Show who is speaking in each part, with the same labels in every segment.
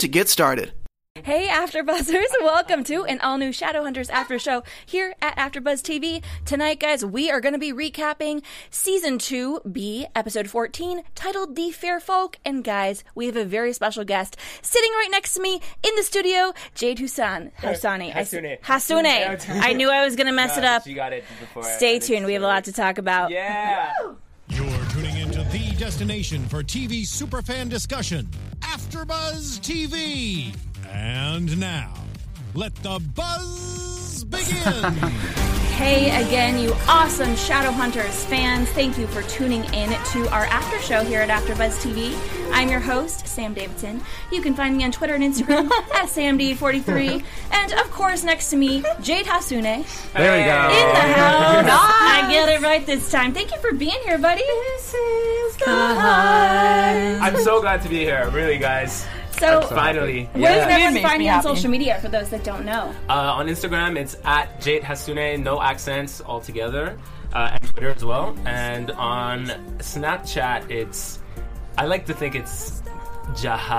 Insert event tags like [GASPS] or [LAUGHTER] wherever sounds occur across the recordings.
Speaker 1: to get started.
Speaker 2: Hey AfterBuzzers, [LAUGHS] welcome to an all-new Shadowhunters After Show here at AfterBuzz TV. Tonight, guys, we are going to be recapping Season 2B, Episode 14, titled The Fair Folk. And guys, we have a very special guest sitting right next to me in the studio, Jade Husan. Hassani. I s-
Speaker 3: Hasune. [LAUGHS]
Speaker 2: Hasune. I knew I was going to mess it up.
Speaker 3: She got it before. I- I
Speaker 2: Stay
Speaker 3: did,
Speaker 2: tuned. We have a
Speaker 3: so-
Speaker 2: lot to talk about.
Speaker 3: Yeah.
Speaker 4: You're tuning into the destination for TV superfan discussion, AfterBuzz TV. And now, let the buzz begin.
Speaker 2: Hey again, you awesome Shadowhunters fans. Thank you for tuning in to our after show here at AfterBuzz TV. I'm your host, Sam Davidson. You can find me on Twitter and
Speaker 5: [LAUGHS]
Speaker 2: Instagram at SamD43. And of course, next to me, Jade Hasune. In
Speaker 3: There we go.
Speaker 2: the house. I get it right this time. Thank you for being here, buddy. This is
Speaker 3: I'm so glad to be here. Really, guys.
Speaker 2: So,
Speaker 3: Finally.
Speaker 2: where does
Speaker 3: Yeah.
Speaker 2: everyone
Speaker 5: makes
Speaker 2: find
Speaker 5: me
Speaker 2: you on
Speaker 5: happy.
Speaker 2: social media for those that don't know?
Speaker 3: Uh, on Instagram, it's at Jade Hasune, no accents altogether, uh, and Twitter as well. And on Snapchat, it's I like to think it's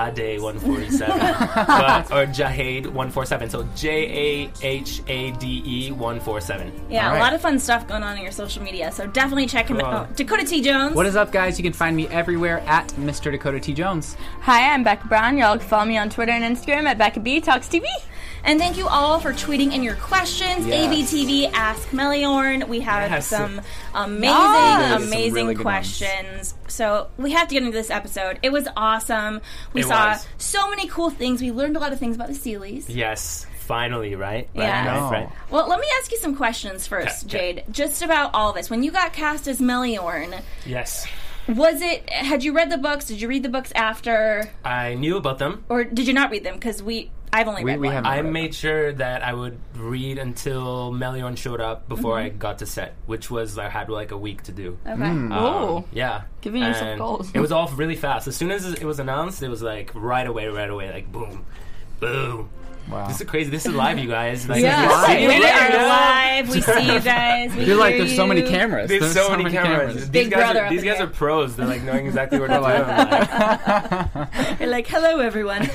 Speaker 3: [LAUGHS] Jahade147 but, or Jahade147. So J A H A D E 147.
Speaker 2: Yeah,
Speaker 6: All
Speaker 2: a
Speaker 6: right.
Speaker 2: lot of fun stuff going on in your social media. So definitely check him out. Dakota T. Jones.
Speaker 6: What is up, guys? You can find me everywhere at Mr. Dakota T. Jones.
Speaker 5: Hi, I'm Becca Brown. Y'all can follow me on Twitter and Instagram at Becca B Talks TV.
Speaker 2: And thank you all for tweeting in your questions.
Speaker 6: Yes.
Speaker 2: ABTV Ask Meliorn. We have
Speaker 3: Yes.
Speaker 2: some amazing,
Speaker 6: Really, some
Speaker 2: amazing
Speaker 6: really good
Speaker 2: questions. So we have to get into this episode. It was awesome. We
Speaker 3: It
Speaker 2: saw
Speaker 3: was.
Speaker 2: so many cool things. We learned a lot of things about the Sealies.
Speaker 3: Yes, finally, right? Right,
Speaker 2: Yeah.
Speaker 3: right,
Speaker 6: No.
Speaker 3: right.
Speaker 2: Well, let me ask you some questions first,
Speaker 3: Yeah, yeah.
Speaker 2: Jade. Just about all this. When you got cast as Meliorn,
Speaker 3: Yes.
Speaker 2: was it? Had you read the books? Did you read the books after,
Speaker 3: I knew about them.
Speaker 2: or did you not read them? Because we, I've only
Speaker 6: We-
Speaker 2: read
Speaker 6: we
Speaker 2: one.
Speaker 6: haven't.
Speaker 3: I
Speaker 6: Right.
Speaker 3: made sure that I would read until Melion showed up before I got to set, which was I had like a week to do.
Speaker 2: Okay.
Speaker 6: Hmm.
Speaker 3: Oh, yeah,
Speaker 5: Giving yourself
Speaker 3: And
Speaker 5: goals.
Speaker 3: It was all really fast. As soon as it was announced, it was like right away, right away, like boom, boom.
Speaker 6: Wow.
Speaker 3: This is crazy. This is live, you guys. Like,
Speaker 6: Yeah.
Speaker 3: you
Speaker 6: Yes.
Speaker 3: see
Speaker 2: We
Speaker 3: it right
Speaker 2: are
Speaker 3: now.
Speaker 2: live. We see you guys. We
Speaker 6: You're like,
Speaker 2: hear
Speaker 6: there's so many
Speaker 2: you.
Speaker 6: cameras.
Speaker 3: There's, so, many, cameras. These
Speaker 2: Big
Speaker 3: guys
Speaker 2: brother
Speaker 3: are,
Speaker 2: up
Speaker 3: these
Speaker 2: in
Speaker 3: guys
Speaker 2: there.
Speaker 3: are pros. They're like knowing exactly [LAUGHS] what to do. Like,
Speaker 2: You're like,
Speaker 6: [LAUGHS]
Speaker 2: hello, everyone.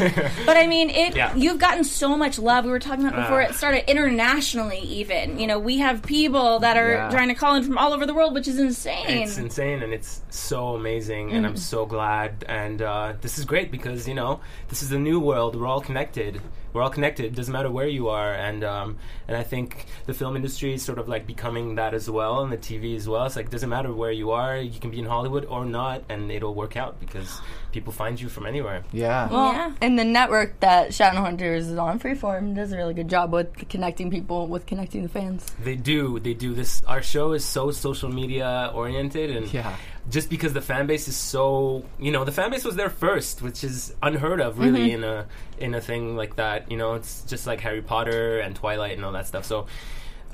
Speaker 2: but I mean, it.
Speaker 3: Yeah.
Speaker 2: You've gotten so much love. We were talking about before
Speaker 3: Ah.
Speaker 2: it started internationally. Even you know, we have people that are
Speaker 6: Yeah.
Speaker 2: trying to call in from all over the world, which is insane.
Speaker 3: it's insane and it's so amazing and I'm so glad and uh, this is great because you know this is a new world we're all connected we're all connected doesn't matter where you are and um, and I think the film industry is sort of like becoming that as well and the TV as well it's like doesn't matter where you are you can be in Hollywood or not and it'll work out because people find you from anywhere
Speaker 6: Yeah.
Speaker 5: Well,
Speaker 2: Yeah.
Speaker 5: and the network that Shadowhunters is on, Freeform, does a really good job with connecting people with connecting the fans.
Speaker 3: They do. They do this. Our show is so social media oriented, and
Speaker 6: Yeah.
Speaker 3: just because the fan base is so, you know, the fan base was there first, which is unheard of, really, in a in a thing like that. You know, it's just like Harry Potter and Twilight and all that stuff. So,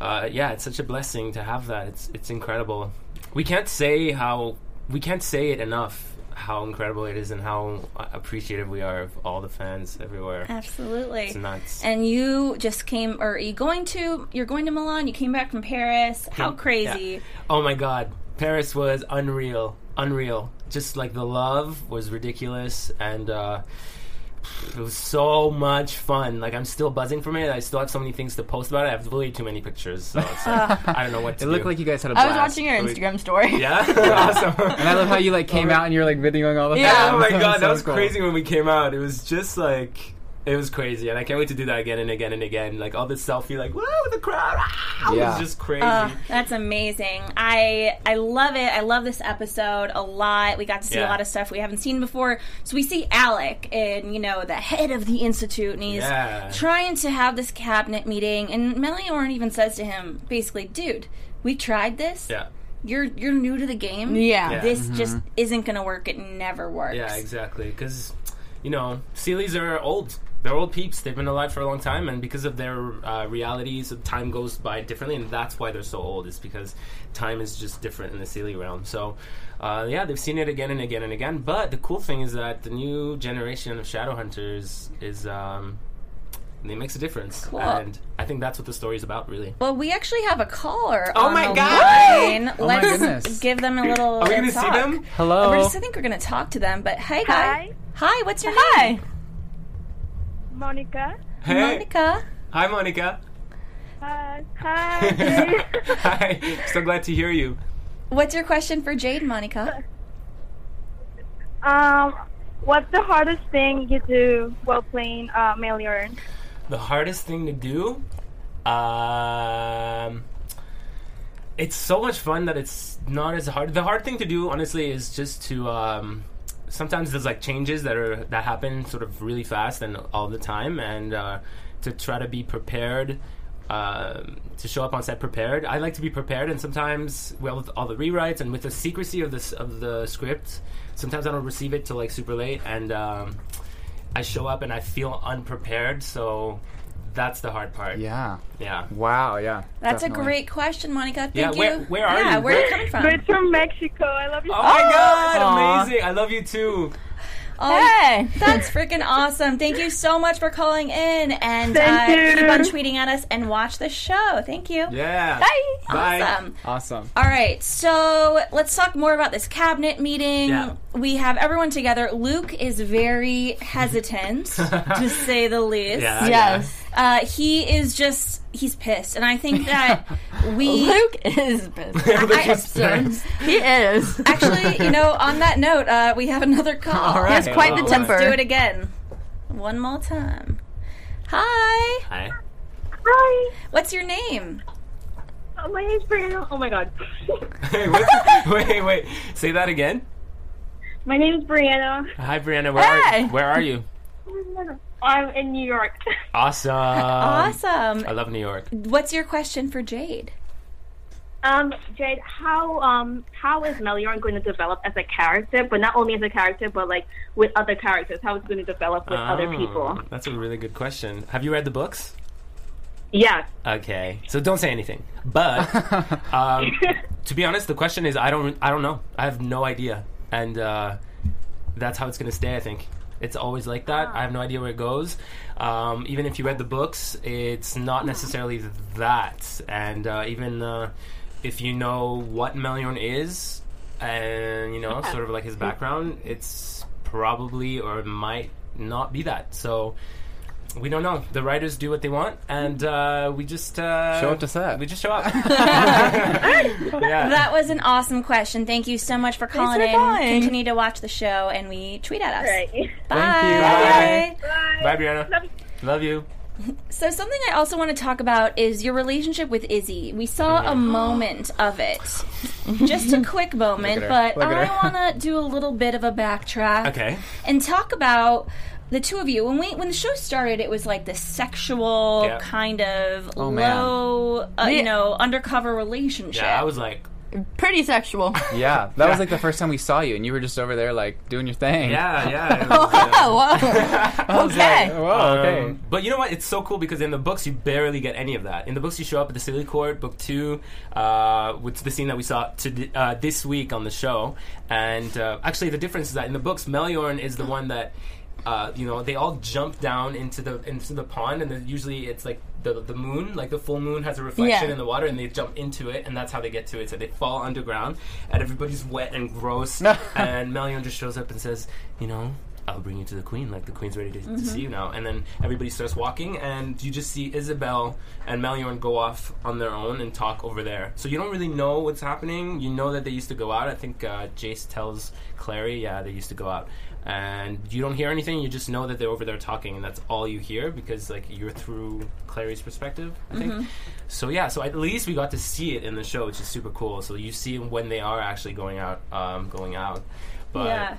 Speaker 3: uh, yeah, it's such a blessing to have that. It's it's incredible. We can't say how we can't say it enough how incredible it is and how uh, appreciative we are of all the fans everywhere.
Speaker 2: Absolutely.
Speaker 3: It's nuts.
Speaker 2: And you just came, or are you going to? You're going to Milan. You came back from Paris. How crazy!
Speaker 3: Oh my god, Paris was unreal, unreal. Just like the love was ridiculous, and uh, it was so much fun. Like I'm still buzzing from it. I still have so many things to post about it. I have way too many pictures. So it's like, I don't know what to
Speaker 6: It
Speaker 3: do.
Speaker 6: looked like you guys had a
Speaker 5: I
Speaker 6: blast.
Speaker 5: was watching your Instagram
Speaker 3: [LAUGHS]
Speaker 5: story.
Speaker 6: [LAUGHS]
Speaker 3: yeah, awesome. [LAUGHS]
Speaker 6: And I love how you like came out and you're like videoing all the
Speaker 5: Yeah.
Speaker 6: fans.
Speaker 3: oh my god,
Speaker 6: So
Speaker 3: that was
Speaker 6: cool.
Speaker 3: crazy when we came out. It was just like. It was crazy, and I can't wait to do that again and again and again. Like all this selfie, like whoa, the crowd, ah, it
Speaker 6: Yeah.
Speaker 3: was just crazy.
Speaker 2: Oh, that's amazing. I I love it. I love this episode a lot. We got to see a
Speaker 3: Yeah.
Speaker 2: lot of stuff we haven't seen before. So we see Alec and you know the head of the institute, and he's
Speaker 3: Yeah.
Speaker 2: trying to have this cabinet meeting. And Meliorn even says to him, basically, "Dude, we tried this.
Speaker 3: yeah, Mm-hmm.
Speaker 2: You're you're new to the game.
Speaker 5: Yeah.
Speaker 3: Yeah.
Speaker 2: This just isn't going to work. It never works.
Speaker 3: yeah, exactly. Because you know, Sealies are old. They're old peeps. They've been alive for a long time, and because of their uh, realities, time goes by differently, and that's why they're so old. Is because time is just different in the Sealy realm. So, uh, yeah, they've seen it again and again and again. But the cool thing is that the new generation of Shadowhunters is um, it makes a difference,
Speaker 2: Cool.
Speaker 3: and I think that's what the story is about, really.
Speaker 2: Well, we actually have a caller.
Speaker 3: Oh
Speaker 2: on
Speaker 3: my
Speaker 2: the
Speaker 3: God.
Speaker 2: line.
Speaker 6: Oh my
Speaker 2: Let's
Speaker 6: goodness.
Speaker 2: give them a little.
Speaker 3: Are we going to see
Speaker 2: talk.
Speaker 3: them? Oh.
Speaker 6: Hello.
Speaker 2: We're just, I think we're going to talk to them. But hey, guy.
Speaker 7: Hi.
Speaker 2: Hi. What's your name?
Speaker 7: Monica.
Speaker 3: Hey,
Speaker 2: Monica.
Speaker 3: hi, Monica. [LAUGHS]
Speaker 7: Hi. Hi.
Speaker 3: hi, so glad to hear you.
Speaker 2: What's your question for Jade, Monica?
Speaker 7: um, what's the hardest thing you do while playing uh, Meliorn?
Speaker 3: The hardest thing to do, um, it's so much fun that it's not as hard. The hard thing to do, honestly, is just to um, sometimes there's like changes that are that happen sort of really fast and all the time, and uh, to try to be prepared. Um, to show up on set prepared, I like to be prepared, and sometimes, well, with all the rewrites and with the secrecy of this of the script, sometimes I don't receive it till like super late, and um, I show up and I feel unprepared. So that's the hard part.
Speaker 6: yeah.
Speaker 3: yeah.
Speaker 6: Wow. Yeah.
Speaker 2: That's
Speaker 6: definitely.
Speaker 2: a great question, Monica. Thank
Speaker 3: Yeah,
Speaker 2: you.
Speaker 3: where- where are
Speaker 2: yeah,
Speaker 3: you?
Speaker 2: Where are you coming from?
Speaker 7: Great from Mexico. I love you.
Speaker 3: Oh my
Speaker 6: Aw.
Speaker 3: god! Amazing. I love you too.
Speaker 2: Oh,
Speaker 5: Hey.
Speaker 2: That's freaking awesome. Thank you so much for calling in and
Speaker 7: Thank
Speaker 2: uh,
Speaker 7: you.
Speaker 2: keep on tweeting at us and watch the show. Thank you.
Speaker 3: Yeah. Bye.
Speaker 2: Awesome.
Speaker 6: Awesome.
Speaker 2: All right, so let's talk more about this cabinet meeting.
Speaker 3: Yeah.
Speaker 2: We have everyone together. Luke is very hesitant,
Speaker 3: [LAUGHS]
Speaker 2: to say the least.
Speaker 3: Yeah. [LAUGHS]
Speaker 5: [LAUGHS] Yes.
Speaker 2: Uh, he is just, he's pissed. And I think that we.
Speaker 5: Luke is pissed.
Speaker 3: Look
Speaker 2: I-
Speaker 3: who's there.
Speaker 5: [LAUGHS] he is.
Speaker 2: Actually, you know, on that note, uh, we have another call.
Speaker 6: All right.
Speaker 5: He has quite the
Speaker 6: Let's
Speaker 5: temper.
Speaker 2: Do it again. One more time. Hi.
Speaker 3: [LAUGHS] Hi. [LAUGHS]
Speaker 7: Hi.
Speaker 2: What's your name?
Speaker 7: Oh, my name's Brianna. Oh my god. [LAUGHS]
Speaker 3: Hey, what's- [LAUGHS] wait, wait. Say that again.
Speaker 7: my name's Brianna.
Speaker 3: Hi, Brianna. Where
Speaker 5: Hey.
Speaker 3: are where are you?
Speaker 7: I'm in New York.
Speaker 3: Awesome. Um,
Speaker 2: awesome.
Speaker 3: I love New York.
Speaker 2: What's your question for Jade?
Speaker 7: Um, Jade, how um how is Meliorn going to develop as a character, but not only as a character, but like with other characters? How it's going to develop with other
Speaker 3: Oh,
Speaker 7: people?
Speaker 3: That's a really good question. Have you read the books?
Speaker 7: Yes.
Speaker 3: Okay, so don't say anything. But um, to be honest, the question is I don't I don't know. I have no idea, and uh, that's how it's gonna stay. I think it's always like that. I have no idea where it goes. Um, even if you read the books, it's not necessarily that. And uh, even uh, if you know what Meliorn is, and you know sort of like his background, it's probably or might not be that. So we don't know. The writers do what they want, and uh, we just uh,
Speaker 6: Show up to set.
Speaker 3: We just show up. yeah.
Speaker 2: That was an awesome question. Thank you so much for calling
Speaker 5: for
Speaker 2: in.
Speaker 5: calling.
Speaker 2: Continue to watch the show and we tweet at us.
Speaker 7: Right.
Speaker 2: Bye.
Speaker 6: Thank you.
Speaker 2: Bye.
Speaker 3: Bye, Brianna. Love you.
Speaker 2: So something I also want to talk about is your relationship with Izzy. We saw a
Speaker 6: Mm-hmm.
Speaker 2: moment of it. Just a quick moment,
Speaker 6: Look at her.
Speaker 2: but
Speaker 6: Look at
Speaker 2: I
Speaker 6: her.
Speaker 2: want to do a little bit of a backtrack.
Speaker 3: Okay.
Speaker 2: and talk about the two of you. When we when the show started, it was like this sexual
Speaker 3: Yeah.
Speaker 2: kind of
Speaker 6: Oh, man.
Speaker 2: low, uh, you
Speaker 5: Yeah.
Speaker 2: know, undercover relationship.
Speaker 3: Yeah, I was like, [LAUGHS]
Speaker 5: Pretty sexual. [LAUGHS]
Speaker 6: Yeah. That was like the first time we saw you, and you were just over there like doing your thing.
Speaker 3: yeah, yeah. it
Speaker 5: Oh,
Speaker 3: was, uh, [LAUGHS]
Speaker 5: Whoa. okay.
Speaker 8: Oh,
Speaker 6: Whoa. Okay.
Speaker 3: Um, but you know what? It's so cool because in the books you barely get any of that. In the books you show up at the Silly Court, book two, uh, which is the scene that we saw to, uh, this week on the show. And uh, actually, the difference is that in the books, Meliorn is the one that. Uh, you know, they all jump down into the into the pond, and then usually it's like the the moon, like the full moon has a reflection
Speaker 5: Yeah.
Speaker 3: in the water, and they jump into it, and that's how they get to it. So they fall underground, and everybody's wet and gross, and Melion just shows up and says, you know, I'll bring you to the queen. Like the queen's ready to, to see you now. And then everybody starts walking, and you just see Isabel and Meliorn go off on their own and talk over there. So you don't really know what's happening. You know that they used to go out. I think uh, Jace tells Clary, yeah, they used to go out. And you don't hear anything. You just know that they're over there talking, and that's all you hear because like you're through Clary's perspective. I think. So yeah, so at least we got to see it in the show, which is super
Speaker 6: uh,
Speaker 3: cool. So you see when they are actually going out, um, going out. But
Speaker 2: yeah.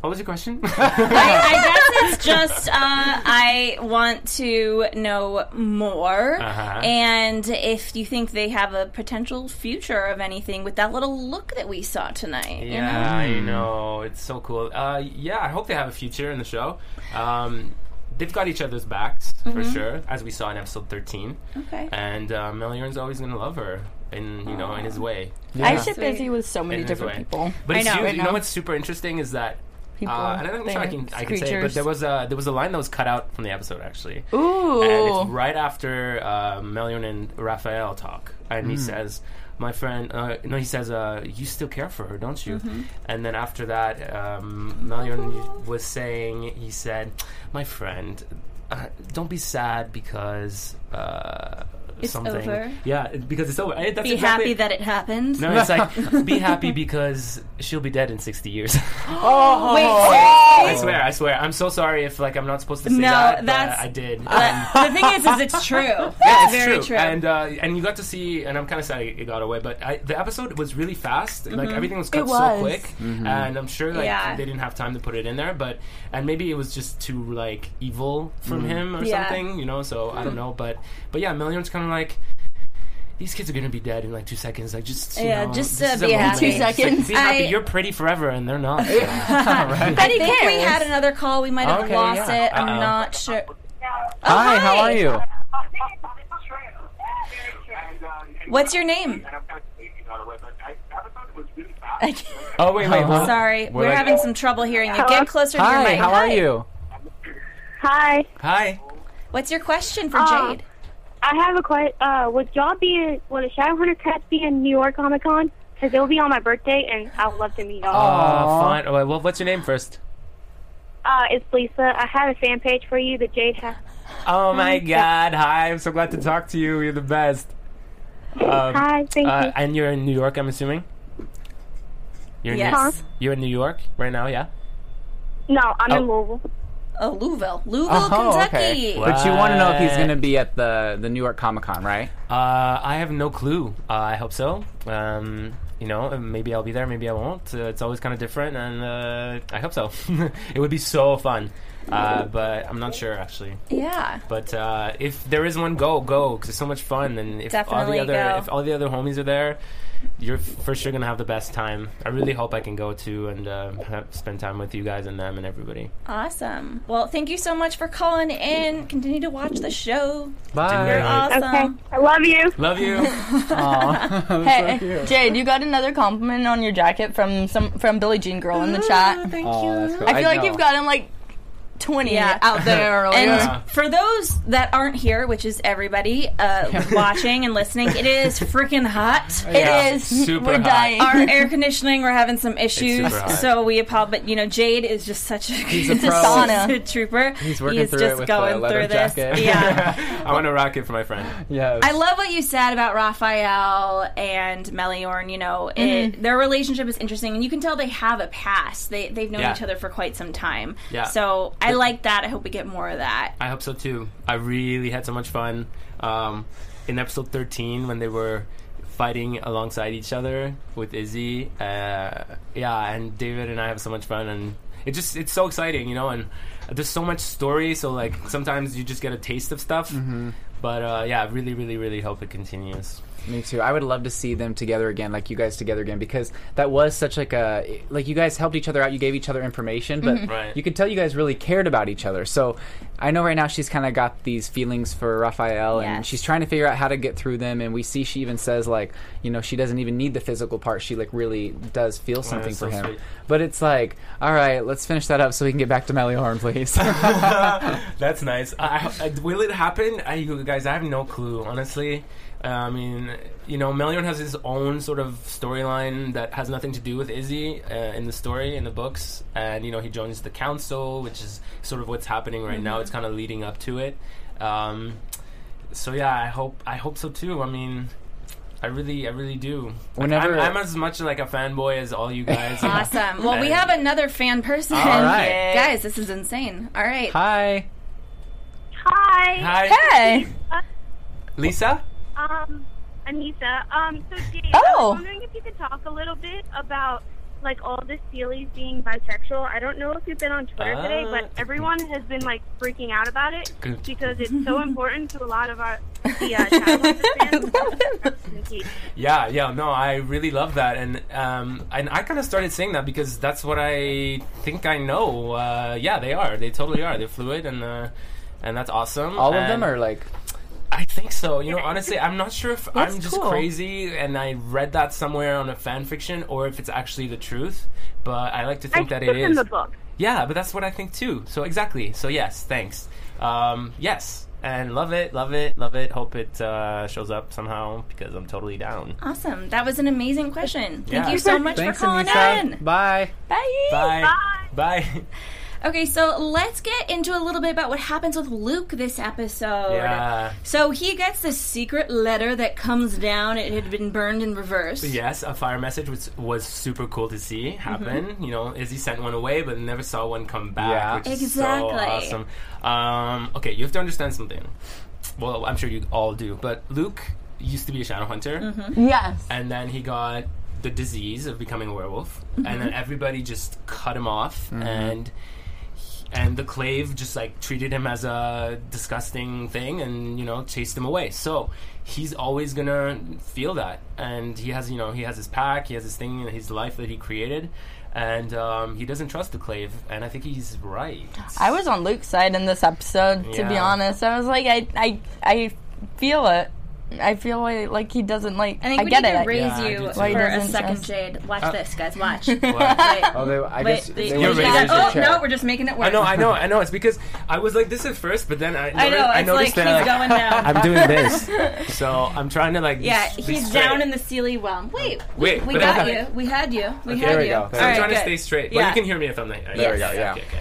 Speaker 3: What was your question?
Speaker 2: I, I guess it's just uh, I want to know more,
Speaker 3: Uh-huh.
Speaker 2: and if you think they have a potential future of anything with that little look that we saw tonight. you know?
Speaker 3: [LAUGHS] Yeah, I know. It's so cool. Uh, yeah, I hope they have a future in the show. Um, they've got each other's backs
Speaker 2: Mm-hmm.
Speaker 3: for sure, as we saw in episode thirteen.
Speaker 2: Okay.
Speaker 3: And uh, Meliorn's always gonna love her, in you know, in his way.
Speaker 5: I ship busy with so many
Speaker 3: In his
Speaker 5: different
Speaker 3: way.
Speaker 5: people.
Speaker 3: But
Speaker 2: I
Speaker 3: it's
Speaker 2: know.
Speaker 3: you,
Speaker 2: Right
Speaker 3: you
Speaker 5: now.
Speaker 3: know what's super interesting is that.
Speaker 5: People,
Speaker 3: Uh, and I don't know if I can,
Speaker 5: things,
Speaker 3: I can say, it, but
Speaker 5: creatures.
Speaker 3: there was a there was a line that was cut out from the episode actually. And it's
Speaker 5: Ooh.
Speaker 3: right after uh, Melion and Raphael talk, and
Speaker 2: Hmm.
Speaker 3: he says, "My friend," uh, no, he says, uh, "You still care for her, don't you?"
Speaker 2: Mm-hmm.
Speaker 3: And then after that, um, Melion was saying, he said, "My friend." Uh, don't be sad because uh,
Speaker 2: It's
Speaker 3: something.
Speaker 2: over.
Speaker 3: Yeah, it- because it's over. I, that's
Speaker 2: Be
Speaker 3: exactly-
Speaker 2: happy that it happened.
Speaker 3: No,
Speaker 2: [LAUGHS]
Speaker 3: it's like be happy because she'll be dead in sixty
Speaker 2: [GASPS]
Speaker 3: years. Oh, I swear, I swear. I'm so sorry if like I'm not supposed to say
Speaker 2: No,
Speaker 3: that, but
Speaker 2: that's-
Speaker 3: I did. Um,
Speaker 2: But the thing is, is it's
Speaker 3: [LAUGHS]
Speaker 2: true.
Speaker 3: yeah,
Speaker 2: it's,
Speaker 3: it's
Speaker 2: very
Speaker 3: true.
Speaker 2: true.
Speaker 3: And uh, and you got to see, and I'm kind of sad it got away, but I, the episode was really fast. Like everything was cut
Speaker 5: It
Speaker 3: so
Speaker 5: was.
Speaker 3: quick, and I'm sure like
Speaker 2: Mm-hmm. Yeah.
Speaker 3: they didn't have time to put it in there. But and maybe it was just too like evil from him or
Speaker 2: Yeah. Mm-hmm.
Speaker 3: something, you know. So I don't know, but but yeah, Million's kind of like. These kids are gonna be dead in like two seconds. Like just you
Speaker 2: Yeah,
Speaker 3: know,
Speaker 2: just,
Speaker 3: this
Speaker 2: uh,
Speaker 3: is a
Speaker 2: be
Speaker 3: moment.
Speaker 2: happy. Two
Speaker 3: It's like,
Speaker 5: seconds.
Speaker 3: be happy.
Speaker 2: I-
Speaker 3: You're pretty forever, and
Speaker 2: [LAUGHS]
Speaker 3: they're not. [LAUGHS] So. Right.
Speaker 2: I think we
Speaker 5: cares?
Speaker 2: had another call. We might have
Speaker 3: Okay,
Speaker 2: lost
Speaker 3: yeah.
Speaker 2: it. I'm
Speaker 3: Uh-oh.
Speaker 2: not sure.
Speaker 8: hi, how are you?
Speaker 2: [LAUGHS] What's your name?
Speaker 3: Oh wait, wait, hold on.
Speaker 2: Sorry, we're,
Speaker 3: like-
Speaker 2: having some trouble hearing you. Get closer to your
Speaker 8: Hi,
Speaker 2: mic.
Speaker 8: how are you?
Speaker 7: Hi.
Speaker 3: Hi.
Speaker 2: What's your question for
Speaker 7: Uh,
Speaker 2: Jade?
Speaker 7: I have a question. Uh, would y'all be in, would a Shadowhunter cast be in New York Comic Con? Because it'll be on my birthday, and I would love to meet
Speaker 3: Uh,
Speaker 7: y'all.
Speaker 3: fine. Oh, well, what's your name first?
Speaker 7: Uh, it's Lisa. I have a fan page for you, the Jade House.
Speaker 3: Oh my God! Hi, I'm so glad to talk to you. You're the best. Um,
Speaker 7: Hi, thank
Speaker 3: uh,
Speaker 7: you.
Speaker 3: and you're in New York, I'm assuming. You're in New-
Speaker 7: Huh?
Speaker 2: Yes.
Speaker 3: you're in New York right now, yeah.
Speaker 7: No, I'm in
Speaker 3: oh.
Speaker 7: Louisville.
Speaker 2: Oh, Louisville. Louisville,
Speaker 8: Oh,
Speaker 2: Kentucky.
Speaker 8: okay. But you want to know if he's
Speaker 3: Uh-huh, What?
Speaker 8: going to be at the the New York Comic Con, [LAUGHS] right?
Speaker 3: Uh, I have no clue. Uh, I hope so. Um, you know, uh, maybe I'll be there, maybe I won't. Uh, it's always kind of different, and uh, I hope so. [LAUGHS] it would be so fun, uh, but I'm not sure actually.
Speaker 2: Yeah.
Speaker 3: But uh, if there is one, go go because it's so much fun, and if
Speaker 2: Definitely
Speaker 3: all the other
Speaker 2: go.
Speaker 3: if all the other homies are there, you're for sure gonna have the best time. I really hope I can go too and uh, have- spend time with you guys and them and everybody.
Speaker 2: Awesome. Well, thank you so much for calling in. Continue to watch the show.
Speaker 8: Bye.
Speaker 2: Awesome.
Speaker 7: Okay, I love you.
Speaker 3: Love
Speaker 2: [LAUGHS]
Speaker 3: you. [LAUGHS]
Speaker 5: Hey, Jade, you got another compliment on your jacket from some from Billie Jean girl in the chat.
Speaker 2: Thank
Speaker 8: Oh, that's
Speaker 2: you.
Speaker 8: cool.
Speaker 5: I feel like
Speaker 8: know.
Speaker 5: you've gotten like twenty
Speaker 2: Yeah.
Speaker 5: out there. [LAUGHS]
Speaker 2: And
Speaker 5: Or
Speaker 2: for those that aren't here, which is everybody uh, watching and listening, it is freaking
Speaker 8: [LAUGHS]
Speaker 2: hot.
Speaker 5: it is.
Speaker 3: super
Speaker 5: We're
Speaker 3: hot.
Speaker 5: dying.
Speaker 2: Our air conditioning, we're having some issues,
Speaker 3: super hot.
Speaker 2: so we apologize. But you know, Jade is just such a he's [LAUGHS]
Speaker 8: a pro.
Speaker 5: Sauna.
Speaker 2: trooper.
Speaker 8: He's working
Speaker 2: He's
Speaker 8: through
Speaker 2: just
Speaker 8: it with the
Speaker 2: going
Speaker 8: leather
Speaker 2: through this.
Speaker 8: jacket.
Speaker 2: Yeah.
Speaker 8: [LAUGHS]
Speaker 3: I want to rock it for my friend.
Speaker 8: Yes.
Speaker 2: I love what you said about Raphael and Meliorn. You know, it, their relationship is interesting, and you can tell they have a past. They they've known
Speaker 3: Yeah.
Speaker 2: each other for quite some time.
Speaker 3: Yeah.
Speaker 2: So I like that. I hope we get more of that.
Speaker 3: I hope so too. I really had so much fun um, in episode 13 when they were fighting alongside each other with Izzy. Uh, yeah, and David and I have so much fun, and it just it's so exciting, you know. And there's so much story, so like sometimes you just get a taste of stuff. But uh, yeah, I really, really, really hope it continues.
Speaker 8: Me too. I would love to see them together again, like you guys together again, because that was such like a like you guys helped each other out. You gave each other information, but
Speaker 3: Right.
Speaker 8: you could tell you guys really cared about each other. So I know right now she's kind of got these feelings for Raphael, and
Speaker 2: Yes.
Speaker 8: she's trying to figure out how to get through them. And we see she even says like, you know, she doesn't even need the physical part. She like really does feel something
Speaker 3: Oh, that's
Speaker 8: for
Speaker 3: so
Speaker 8: him.
Speaker 3: sweet.
Speaker 8: But it's like, all right, let's finish that up so we can get back to Meliorn,
Speaker 3: [LAUGHS]
Speaker 8: please. [LAUGHS]
Speaker 3: That's nice. I, I, will it happen? I, you guys, I have no clue, honestly. Uh, I mean, you know, Melion has his own sort of storyline that has nothing to do with Izzy uh, in the story, in the books. And, you know, he joins the council, which is sort of what's happening right now. It's kind of leading up to it. Um, so, yeah, I hope I hope so too. I mean,. I really, I really do. Like,
Speaker 8: Whenever-
Speaker 3: I'm, I'm as much like a fanboy as all you guys.
Speaker 2: Awesome. Well, we
Speaker 3: And-
Speaker 2: have another fan person.
Speaker 8: All right.
Speaker 2: [LAUGHS]
Speaker 8: Yay.
Speaker 2: guys, this is insane. All right.
Speaker 8: Hi.
Speaker 7: Hi.
Speaker 3: Hi,
Speaker 5: [LAUGHS] hey,
Speaker 3: Lisa.
Speaker 7: Um, Anissa. Um, so Dave, I
Speaker 5: Oh.
Speaker 7: was wondering if you could talk a little bit about
Speaker 9: like all the Steelys being bisexual. I don't know if you've been on Twitter
Speaker 3: Ah.
Speaker 9: today, but everyone has been like freaking out about it
Speaker 3: Good.
Speaker 9: because it's so important to a lot of our the, uh, child fans.
Speaker 3: Yeah, yeah, no, I really love that, and um, and I kind of started saying that because that's what I think I know. Uh, yeah, they are. They totally are. They're fluid, and uh, and that's awesome.
Speaker 8: All of
Speaker 3: And
Speaker 8: them are like,
Speaker 3: I think so. You know, honestly, I'm not sure if
Speaker 5: That's
Speaker 3: I'm just
Speaker 5: cool.
Speaker 3: crazy, and I read that somewhere on a fan fiction, or if it's actually the truth. But I like to
Speaker 9: I
Speaker 3: think that it
Speaker 9: put in
Speaker 3: is.
Speaker 9: the book.
Speaker 3: Yeah, but that's what I think too. So exactly. So yes, thanks. Um, yes, and love it, love it, love it. Hope it uh, shows up somehow because I'm totally down.
Speaker 2: Awesome. That was an amazing question. Thank
Speaker 3: Yeah.
Speaker 2: you so much
Speaker 8: thanks,
Speaker 2: for calling
Speaker 8: Anissa.
Speaker 2: in.
Speaker 8: Bye.
Speaker 2: Bye.
Speaker 3: Bye. Bye.
Speaker 2: Okay, so let's get into a little bit about what happens with Luke this episode.
Speaker 3: Yeah.
Speaker 2: So he gets this secret letter that comes down. It had been burned in reverse.
Speaker 3: Yes, a fire message which was super cool to see
Speaker 2: Mm-hmm.
Speaker 3: happen. You know, Izzy sent one away, but never saw one come back.
Speaker 8: Yeah.
Speaker 3: which is
Speaker 2: Exactly.
Speaker 3: so awesome. Um, okay, you have to understand something. Well, I'm sure you all do, but Luke used to be a shadow hunter,
Speaker 2: Mm-hmm.
Speaker 5: Yes.
Speaker 3: and then he got the disease of becoming a werewolf, and then everybody just cut him off, and and the clave just like treated him as a disgusting thing and you know chased him away so he's always gonna feel that and he has you know he has his pack he has his thing his life that he created and um, he doesn't trust the clave and i think he's right
Speaker 5: I was on Luke's side in this episode, to be
Speaker 3: Yeah.
Speaker 5: honest. I was like, I, I, I feel it. I feel like, like he doesn't like.
Speaker 2: I think we
Speaker 5: get
Speaker 2: need
Speaker 5: it.
Speaker 2: to raise
Speaker 3: [LAUGHS] Yeah, I do
Speaker 2: you
Speaker 3: too. Uh,
Speaker 2: for
Speaker 3: Why
Speaker 2: a
Speaker 5: doesn't
Speaker 2: second,
Speaker 5: just-
Speaker 2: Jade. Watch this, guys.
Speaker 3: [LAUGHS]
Speaker 2: Watch.
Speaker 3: But-
Speaker 8: Oh, they, I
Speaker 2: Wait,
Speaker 8: guess
Speaker 2: the-
Speaker 8: they
Speaker 2: you
Speaker 8: wanted to
Speaker 3: raised
Speaker 2: guys-
Speaker 8: raise your
Speaker 2: oh
Speaker 8: check.
Speaker 2: no, we're just making it work.
Speaker 3: I know, I know, I know. It's because I was like this at first, but then I
Speaker 2: [LAUGHS] I know,
Speaker 3: noticed, I
Speaker 2: it's
Speaker 3: noticed
Speaker 2: like
Speaker 3: that
Speaker 2: he's
Speaker 3: [LAUGHS]
Speaker 2: going down.
Speaker 3: I'm doing this, [LAUGHS] so I'm trying to like
Speaker 2: Yeah,
Speaker 3: be
Speaker 2: he's
Speaker 3: straight.
Speaker 2: down in the Sealy realm. Wait,
Speaker 3: Wait,
Speaker 2: we
Speaker 3: but
Speaker 2: got
Speaker 3: I-
Speaker 2: you. We had you. We had
Speaker 8: there we
Speaker 2: you.
Speaker 8: go.
Speaker 2: All
Speaker 8: So
Speaker 3: I'm
Speaker 2: right,
Speaker 3: trying
Speaker 2: good.
Speaker 3: to stay straight.
Speaker 2: Yeah.
Speaker 3: Well, you can hear me if I'm not.
Speaker 8: There we go, yeah.
Speaker 3: Okay, okay.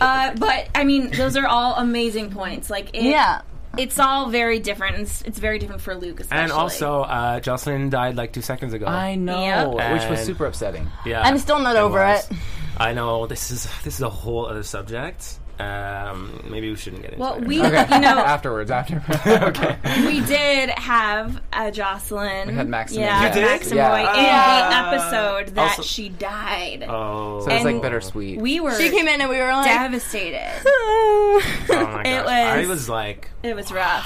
Speaker 2: Uh, but I mean, those are all amazing points. Like, it,
Speaker 5: [LAUGHS] Yeah.
Speaker 2: it's all very different. It's, it's very different for Luke, especially.
Speaker 3: And also, uh, Jocelyn died like two seconds ago.
Speaker 8: I know,
Speaker 2: Yep.
Speaker 8: which was
Speaker 3: And-
Speaker 8: super upsetting.
Speaker 3: yeah,
Speaker 5: I'm still not
Speaker 3: it
Speaker 5: over
Speaker 3: was.
Speaker 5: it.
Speaker 3: I know this is this is a whole other subject. Um, maybe we shouldn't get into
Speaker 2: well,
Speaker 3: it.
Speaker 2: we
Speaker 8: Okay.
Speaker 2: you
Speaker 3: [LAUGHS]
Speaker 2: know
Speaker 8: [LAUGHS] afterwards, [LAUGHS] after. okay.
Speaker 2: we did have uh, Jocelyn.
Speaker 8: We had Maximoy,
Speaker 2: Yeah,
Speaker 8: You did?
Speaker 2: Maximoy
Speaker 8: Yeah.
Speaker 2: in
Speaker 5: Ah.
Speaker 2: the episode that
Speaker 3: Also-
Speaker 2: she died.
Speaker 3: oh,
Speaker 8: So it's like
Speaker 2: And-
Speaker 8: bittersweet.
Speaker 2: we were
Speaker 5: She came in and we were like,
Speaker 2: devastated.
Speaker 3: oh my
Speaker 2: [LAUGHS]
Speaker 3: gosh.
Speaker 2: it
Speaker 3: I
Speaker 2: was-
Speaker 3: was like,
Speaker 2: it was rough.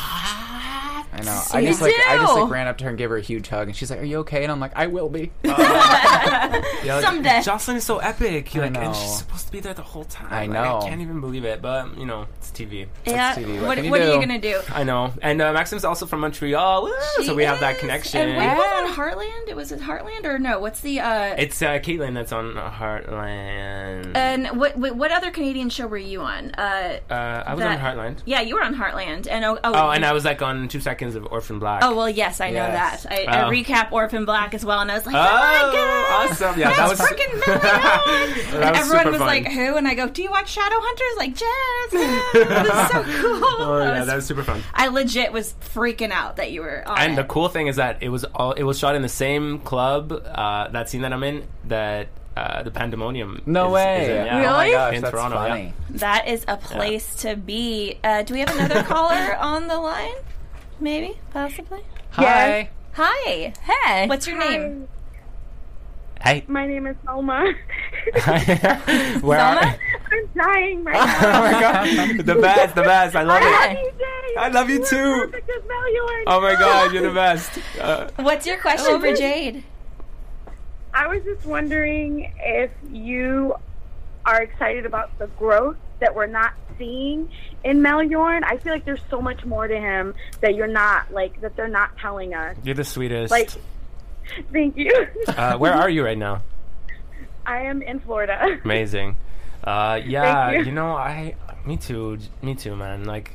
Speaker 8: I know. I just like I
Speaker 5: too.
Speaker 8: just like ran up to her and gave her a huge hug, and she's like, "Are you okay?" And I'm like, "I will be."
Speaker 3: Yeah, like,
Speaker 5: Someday.
Speaker 3: Jocelyn is so epic.
Speaker 8: I
Speaker 3: Like,
Speaker 8: know.
Speaker 3: and she's supposed to be there the whole time.
Speaker 8: I
Speaker 3: Like,
Speaker 8: know.
Speaker 3: I can't even believe it, but you know, it's TV.
Speaker 2: Yeah.
Speaker 8: TV, what
Speaker 2: What,
Speaker 8: can you
Speaker 2: what are you
Speaker 8: do?
Speaker 2: gonna do?
Speaker 3: I know. And uh, Maxim's also from Montreal, Woo! so we have that
Speaker 2: Yes.
Speaker 3: connection.
Speaker 2: And what was on Heartland? It was it Heartland or no? What's the uh?
Speaker 3: It's uh, Caitlin that's on Heartland.
Speaker 2: and what what what other Canadian show were you on? Uh,
Speaker 3: Uh, I was
Speaker 2: that-
Speaker 3: on Heartland.
Speaker 2: yeah, you were on Heartland, and oh, oh,
Speaker 3: Oh, and I was like on two seconds of Orphan Black.
Speaker 2: Oh well, yes, I
Speaker 8: Yes.
Speaker 2: know that. I,
Speaker 3: Oh.
Speaker 2: I recap Orphan Black as well, and I was like, oh, my
Speaker 3: Oh,
Speaker 2: god,
Speaker 3: awesome! Yeah, that was [LAUGHS]
Speaker 2: freaking brilliant.
Speaker 3: That
Speaker 2: And
Speaker 3: was
Speaker 2: everyone
Speaker 3: super
Speaker 2: was
Speaker 3: fun.
Speaker 2: like, who? And I go, do you watch Shadowhunters? Like,
Speaker 3: [LAUGHS]
Speaker 2: yes, this is so cool.
Speaker 3: Oh
Speaker 2: I,
Speaker 3: yeah,
Speaker 2: was,
Speaker 3: that was super fun.
Speaker 2: I legit was freaking out that you were on.
Speaker 3: And the
Speaker 2: it.
Speaker 3: cool thing is that it was all it was shot in the same club uh, that scene that I'm in that uh, the Pandemonium.
Speaker 8: No
Speaker 3: is-
Speaker 8: way.
Speaker 3: is in, yeah.
Speaker 8: Oh my
Speaker 5: Really?
Speaker 8: gosh,
Speaker 3: In
Speaker 8: that's
Speaker 3: Toronto, yeah.
Speaker 8: funny.
Speaker 2: that is a place to be. Uh, do we have
Speaker 3: [LAUGHS]
Speaker 2: another caller on the line? Maybe, possibly.
Speaker 8: Hi.
Speaker 2: Hi,
Speaker 5: hey.
Speaker 2: what's your name?
Speaker 3: Hey.
Speaker 9: My name is Selma.
Speaker 3: [LAUGHS]
Speaker 9: [LAUGHS]
Speaker 3: Where are,
Speaker 9: I'm dying [LAUGHS] right now.
Speaker 3: [LAUGHS] oh my god, the best, the best. I love
Speaker 5: Hi.
Speaker 3: it. I
Speaker 9: I
Speaker 3: love you too. Oh my god, you're the best. Uh,
Speaker 2: What's your
Speaker 5: Oh,
Speaker 2: question for Jade?
Speaker 9: I was just wondering if you are excited about the growth that we're not seeing in Meliorn. I feel like there's so much more to him that you're not like that they're not telling us.
Speaker 3: [LAUGHS] you're the sweetest.
Speaker 9: Like, [LAUGHS] thank you.
Speaker 3: [LAUGHS] uh, where are you right now?
Speaker 9: I am in Florida. [LAUGHS]
Speaker 3: Amazing. Uh, yeah,
Speaker 9: you.
Speaker 3: you. know, I, me too, j- me too, man. Like,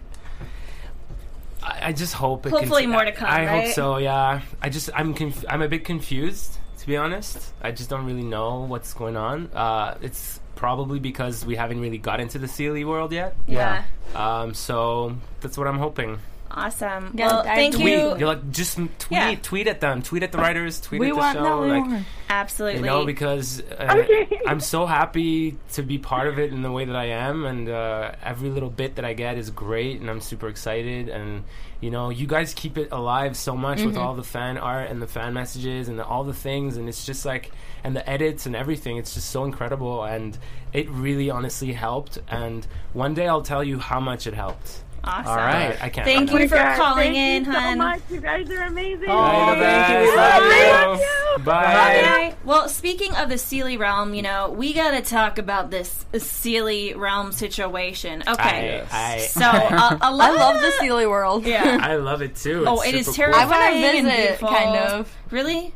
Speaker 3: I, I just hope. It
Speaker 2: Hopefully
Speaker 3: conti-
Speaker 2: more to come,
Speaker 3: I, I
Speaker 2: right?
Speaker 3: hope so. Yeah, I just, I'm, conf- I'm a bit confused to be honest. I just don't really know what's going on. Uh, it's probably because we haven't really got into the Sealy world E yet.
Speaker 2: Yeah.
Speaker 3: Um, so that's what I'm hoping.
Speaker 2: Awesome.
Speaker 5: Yeah,
Speaker 2: well,
Speaker 5: I
Speaker 2: thank
Speaker 5: tweet.
Speaker 2: you.
Speaker 3: You're like just m- tweet,
Speaker 2: Yeah.
Speaker 3: tweet at them, tweet at the writers, tweet
Speaker 5: We
Speaker 3: at the
Speaker 5: want
Speaker 3: show,
Speaker 5: that we
Speaker 3: like
Speaker 5: want.
Speaker 2: Absolutely.
Speaker 3: you know, because uh,
Speaker 9: Okay.
Speaker 3: I'm so happy to be part of it in the way that I am, and uh, every little bit that I get is great, and I'm super excited, and you know, you guys keep it alive so much with all the fan art and the fan messages and the, all the things, and it's just like, and the edits and everything, it's just so incredible, and it really honestly helped, and one day I'll tell you how much it helped.
Speaker 2: awesome.
Speaker 8: All right.
Speaker 3: I can't.
Speaker 2: Thank
Speaker 3: I'm
Speaker 2: you for
Speaker 9: God,
Speaker 2: calling in,
Speaker 9: thank you so
Speaker 2: hun.
Speaker 9: much. You guys are amazing.
Speaker 3: not-
Speaker 8: Thank you. We
Speaker 3: Bye.
Speaker 8: love
Speaker 9: Thank
Speaker 3: Bye.
Speaker 9: you.
Speaker 3: Bye.
Speaker 2: Alright, Well, speaking of the Sealy realm, you know, we got to talk about this Sealy realm situation. Okay.
Speaker 3: I, I,
Speaker 2: so, uh, a lot
Speaker 5: I love the
Speaker 2: of-
Speaker 5: Sealy world. [LAUGHS]
Speaker 2: Yeah.
Speaker 3: I love it too.
Speaker 2: Oh,
Speaker 3: it's
Speaker 2: it is
Speaker 3: super
Speaker 5: I
Speaker 2: terrifying.
Speaker 5: want to
Speaker 2: and
Speaker 5: visit,
Speaker 2: beautiful.
Speaker 5: kind of.
Speaker 2: Really?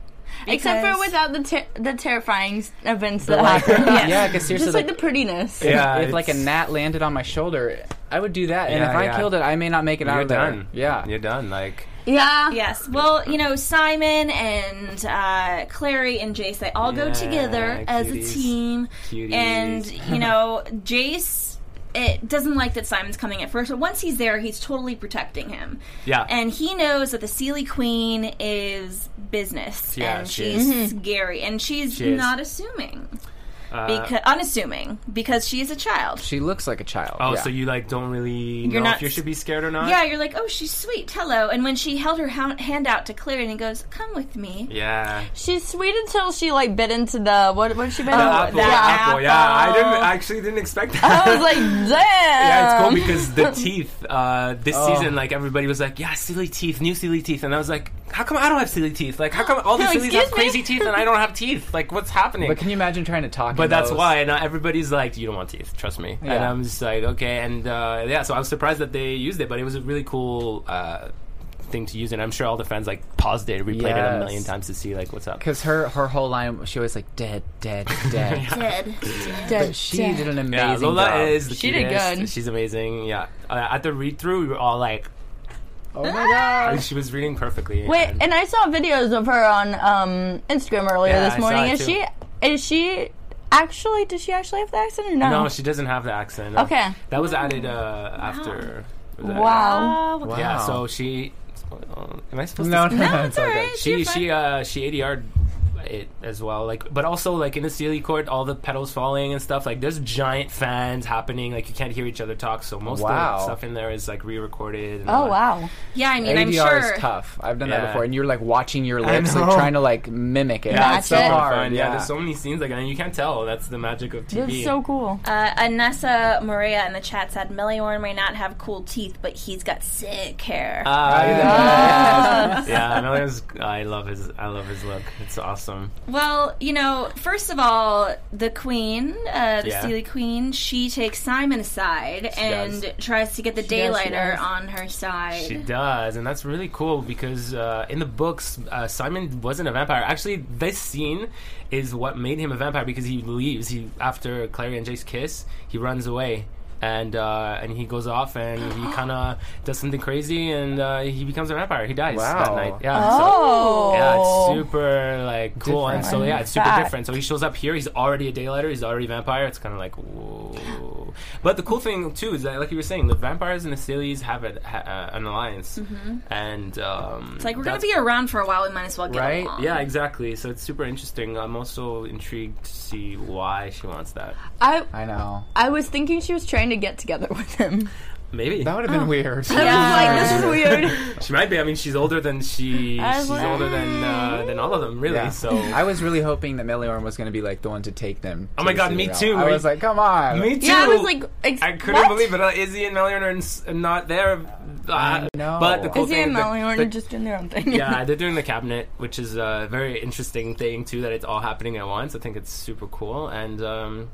Speaker 5: Except for
Speaker 2: Because-
Speaker 5: without the ter- the terrifying s- events that happen.
Speaker 2: [LAUGHS] Yes.
Speaker 8: Yeah, because seriously,
Speaker 5: Just like the prettiness.
Speaker 3: Cool. Yeah,
Speaker 8: if like a
Speaker 3: it's-
Speaker 8: gnat landed on my shoulder, I would do that. And
Speaker 3: Yeah,
Speaker 8: if I
Speaker 3: yeah.
Speaker 8: killed it, I may not make it out
Speaker 3: You're
Speaker 8: of there.
Speaker 3: done.
Speaker 8: Yeah.
Speaker 3: you're done. Like
Speaker 5: Yeah.
Speaker 2: Yes. Well, you know, Simon and uh, Clary and Jace, they all go
Speaker 3: Yeah,
Speaker 2: together as a
Speaker 3: cuties.
Speaker 2: team.
Speaker 3: Cuties.
Speaker 2: And,
Speaker 3: [LAUGHS]
Speaker 2: you know, Jace it doesn't like that Simon's coming at first, but once he's there, he's totally protecting him.
Speaker 3: Yeah.
Speaker 2: And he knows that the Sealy Queen is business.
Speaker 3: Yeah,
Speaker 2: and
Speaker 3: she
Speaker 2: she's scary. And she's
Speaker 3: She is.
Speaker 2: not assuming.
Speaker 3: uh,
Speaker 2: Because unassuming. Because she is a child.
Speaker 8: She looks like a child.
Speaker 3: oh,
Speaker 8: yeah.
Speaker 3: so you like don't really
Speaker 2: You're
Speaker 3: know
Speaker 2: not
Speaker 3: if you
Speaker 2: s-
Speaker 3: should be scared or not.
Speaker 2: yeah, you're like, oh, she's sweet. Hello. And when she held her ha- hand out to Clary and he goes, come with me.
Speaker 3: Yeah.
Speaker 5: She's sweet until she like bit into the what? What did she bit?
Speaker 3: The
Speaker 5: into?
Speaker 3: apple,
Speaker 5: Yeah.
Speaker 3: yeah, apple, yeah. I
Speaker 2: Oh, apple.
Speaker 3: didn't I actually didn't
Speaker 2: [LAUGHS]
Speaker 3: expect that.
Speaker 5: [LAUGHS] I was like,
Speaker 3: [LAUGHS]
Speaker 5: damn.
Speaker 3: yeah, it's cool because the teeth. Uh, this
Speaker 8: Oh.
Speaker 3: season, like everybody was like, "Yeah, silly teeth, new silly teeth," and I was like, "How come I don't have silly teeth? Like, how come all the
Speaker 5: No,
Speaker 3: sillies
Speaker 5: excuse
Speaker 3: have crazy
Speaker 5: me?
Speaker 3: teeth and I don't have teeth? Like, what's happening?"
Speaker 8: But can you imagine trying to talk? in
Speaker 3: But that's
Speaker 8: those?
Speaker 3: why, and uh, everybody's like, "You don't want teeth, trust me." And
Speaker 8: Yeah.
Speaker 3: I'm just like, "Okay," and uh, yeah. So I was surprised that they used it, but it was a really cool uh, thing to use, and I'm sure all the fans like paused it, replayed it a
Speaker 8: Yes.
Speaker 3: million times to see like what's up.
Speaker 8: Because her her whole line, she was like dead,
Speaker 3: [LAUGHS]
Speaker 8: dead, dead.
Speaker 2: Dead.
Speaker 8: But she did an amazing
Speaker 3: Yeah, Lola
Speaker 8: job.
Speaker 3: is the
Speaker 5: She did
Speaker 3: cutest.
Speaker 5: good.
Speaker 3: She's amazing. Yeah, uh, at the read through, we were all like,
Speaker 8: Oh my god!
Speaker 3: she was reading perfectly.
Speaker 5: Uh, Wait,
Speaker 3: and-
Speaker 5: and I saw videos of her on um, Instagram earlier
Speaker 3: Yeah, I
Speaker 5: this
Speaker 3: saw
Speaker 5: morning.
Speaker 3: it too.
Speaker 5: Is she? Is she actually? Does she actually have the accent or no?
Speaker 3: no, she doesn't have the accent. no.
Speaker 5: um, Okay.
Speaker 3: that was added uh, after. was added
Speaker 5: Wow.
Speaker 2: Oh,
Speaker 3: after. Yeah,
Speaker 8: Wow.
Speaker 3: so she. Am I supposed
Speaker 8: No,
Speaker 3: to?
Speaker 8: no,
Speaker 2: No,
Speaker 8: it's
Speaker 2: it's
Speaker 8: all
Speaker 2: all
Speaker 8: good.
Speaker 2: right.
Speaker 3: she she uh she ADR'd it as well like but also like in the Sealy court all the petals falling and stuff like there's giant fans happening like you can't hear each other talk so most
Speaker 8: Wow.
Speaker 3: of the stuff in there is like re-recorded and all
Speaker 5: Oh
Speaker 3: that.
Speaker 5: wow.
Speaker 2: Yeah, I mean,
Speaker 8: ADR
Speaker 2: I'm sure.
Speaker 8: is tough. I've done that
Speaker 3: Yeah.
Speaker 8: before, and you're like watching your lips, like
Speaker 3: know.
Speaker 8: trying to like mimic it.
Speaker 3: yeah,
Speaker 5: Match
Speaker 3: it's
Speaker 5: it.
Speaker 3: so hard.
Speaker 8: hard.
Speaker 3: Yeah. there's so many scenes like that, and you can't tell. That's the magic of TV.
Speaker 5: That's so cool.
Speaker 2: Uh, Anessa Maria in the chat said Meliorn may not have cool teeth, but he's got sick hair.
Speaker 3: Ah,
Speaker 5: [LAUGHS] Yes.
Speaker 3: yeah, I know. His, I love his. I love his look. It's awesome.
Speaker 2: well, you know, first of all, the queen, uh, the
Speaker 3: Yeah.
Speaker 2: Steely Queen, she takes Simon aside and
Speaker 3: does.
Speaker 2: tries to get the
Speaker 5: does, she
Speaker 2: daylighter
Speaker 5: does.
Speaker 2: on her side.
Speaker 3: She does, and that's really cool because uh, in the books, uh, Simon wasn't a vampire. Actually, this scene is what made him a vampire because he leaves. He after Clary and Jace kiss, he runs away. And uh, and he goes off and he kind of does something crazy and uh, he becomes a vampire. He dies that
Speaker 8: Wow.
Speaker 3: night. Yeah. so-
Speaker 5: Oh.
Speaker 3: Yeah, it's super like cool, and so
Speaker 5: Different.
Speaker 3: yeah, it's super
Speaker 5: Fact.
Speaker 3: different. So he shows up here. He's already a daylighter. He's already a vampire. It's kind of like whoa. But the cool thing too is that, like you were saying, the vampires and the Sealy's have a, ha- uh, an alliance,
Speaker 5: Mm-hmm.
Speaker 3: and um,
Speaker 2: It's like, we're going to
Speaker 3: that's-
Speaker 2: be around for a while, we might as well get
Speaker 8: Right?
Speaker 2: along.
Speaker 3: Yeah, exactly. So it's super interesting. I'm also intrigued to see why she wants that.
Speaker 5: I
Speaker 8: I know.
Speaker 5: I was thinking she was trying to get together with him. [LAUGHS]
Speaker 3: Maybe
Speaker 8: That would have been weird.
Speaker 5: Oh. I was like, this is
Speaker 10: [LAUGHS]
Speaker 5: weird.
Speaker 3: she might be. I mean, she's older than she.
Speaker 5: I was
Speaker 3: She's
Speaker 5: like,
Speaker 3: older than uh, than all of them, really.
Speaker 8: Yeah.
Speaker 3: So
Speaker 8: I was really hoping that Meliorn was going to be like the one to take them.
Speaker 3: Oh
Speaker 8: to
Speaker 3: my
Speaker 8: the
Speaker 3: God,
Speaker 8: city
Speaker 3: me
Speaker 8: realm.
Speaker 3: too.
Speaker 8: I
Speaker 3: Were
Speaker 8: was
Speaker 3: you-
Speaker 8: like, come on.
Speaker 3: Me too.
Speaker 5: Yeah, I was like, ex-
Speaker 3: I couldn't
Speaker 5: what?
Speaker 3: believe it. Uh, Izzy and Meliorn are ins- not there. Uh,
Speaker 8: I know.
Speaker 3: But the cool
Speaker 5: Izzy
Speaker 3: thing
Speaker 5: and
Speaker 3: is that-
Speaker 5: Melanie
Speaker 3: the-
Speaker 5: are just doing their own
Speaker 3: [LAUGHS]
Speaker 5: thing. [LAUGHS]
Speaker 3: yeah, they're doing the cabinet, which is a very interesting thing too. That it's all happening at once. I think it's super cool, and um,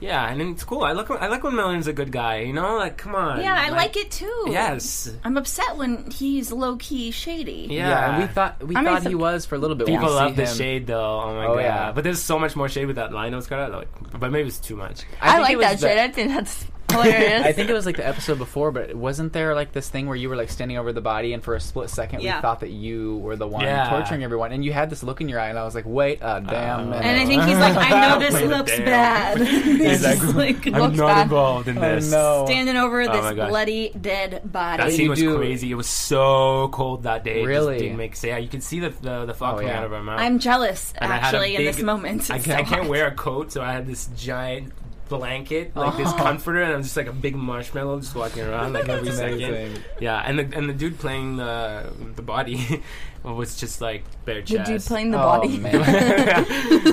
Speaker 3: yeah, and it's cool. I like I like when Melon's a good guy. You know, like come on.
Speaker 2: Yeah, I like it too.
Speaker 3: Yes.
Speaker 2: I'm upset when he's low key shady.
Speaker 3: Yeah.
Speaker 8: yeah. and we thought we
Speaker 5: I mean,
Speaker 8: thought he
Speaker 5: some-
Speaker 8: was for a little bit. We
Speaker 3: People
Speaker 8: see
Speaker 3: love the
Speaker 8: him-
Speaker 3: shade though. Oh my
Speaker 8: Oh,
Speaker 3: god!
Speaker 8: yeah.
Speaker 3: But there's so much more shade with that line that was cut out. Like, but maybe it's too much.
Speaker 5: I,
Speaker 8: think it
Speaker 5: like
Speaker 8: was
Speaker 5: that
Speaker 3: [LAUGHS]
Speaker 8: the-
Speaker 5: shit. I think that's Hilarious.
Speaker 8: I think it was like the episode before, but wasn't there like this thing where you were like standing over the body, and for a split second
Speaker 10: Yeah.
Speaker 8: we thought that you were the one
Speaker 3: Yeah. Oh.
Speaker 8: torturing everyone, and you had this look in your eye, and I was like, wait a damn minute.
Speaker 10: And I think he's like, I
Speaker 3: [LAUGHS]
Speaker 10: know this
Speaker 3: Wait a
Speaker 10: looks
Speaker 3: damn.
Speaker 10: bad. [LAUGHS] he's just like,
Speaker 3: I'm
Speaker 10: looks
Speaker 3: not
Speaker 10: bad.
Speaker 3: involved in
Speaker 8: Oh,
Speaker 3: this.
Speaker 8: no.
Speaker 10: Standing over
Speaker 3: Oh my
Speaker 10: this
Speaker 3: gosh.
Speaker 10: bloody dead body.
Speaker 3: That scene was
Speaker 8: do-
Speaker 3: crazy. It was so cold that day. It just
Speaker 8: Really?
Speaker 3: didn't make sense. Yeah, you could see the the, the fog
Speaker 8: Oh,
Speaker 3: coming
Speaker 8: yeah.
Speaker 3: out of her mouth.
Speaker 10: I'm jealous,
Speaker 3: And I had a
Speaker 10: actually, in
Speaker 3: big-
Speaker 10: this moment.
Speaker 3: I,
Speaker 10: It's
Speaker 3: ca- I
Speaker 10: so [LAUGHS]
Speaker 3: can't
Speaker 10: hot.
Speaker 3: wear a coat, so I had this giant blanket, like
Speaker 8: Oh. [LAUGHS]
Speaker 3: this comforter, and I'm just like a big marshmallow just walking around like every second.
Speaker 8: Amazing.
Speaker 3: Yeah, and the and the dude playing the the body [LAUGHS] was just like bare
Speaker 5: the
Speaker 3: chest.
Speaker 5: dude playing the
Speaker 8: Oh,
Speaker 5: body.
Speaker 8: man.
Speaker 3: [LAUGHS]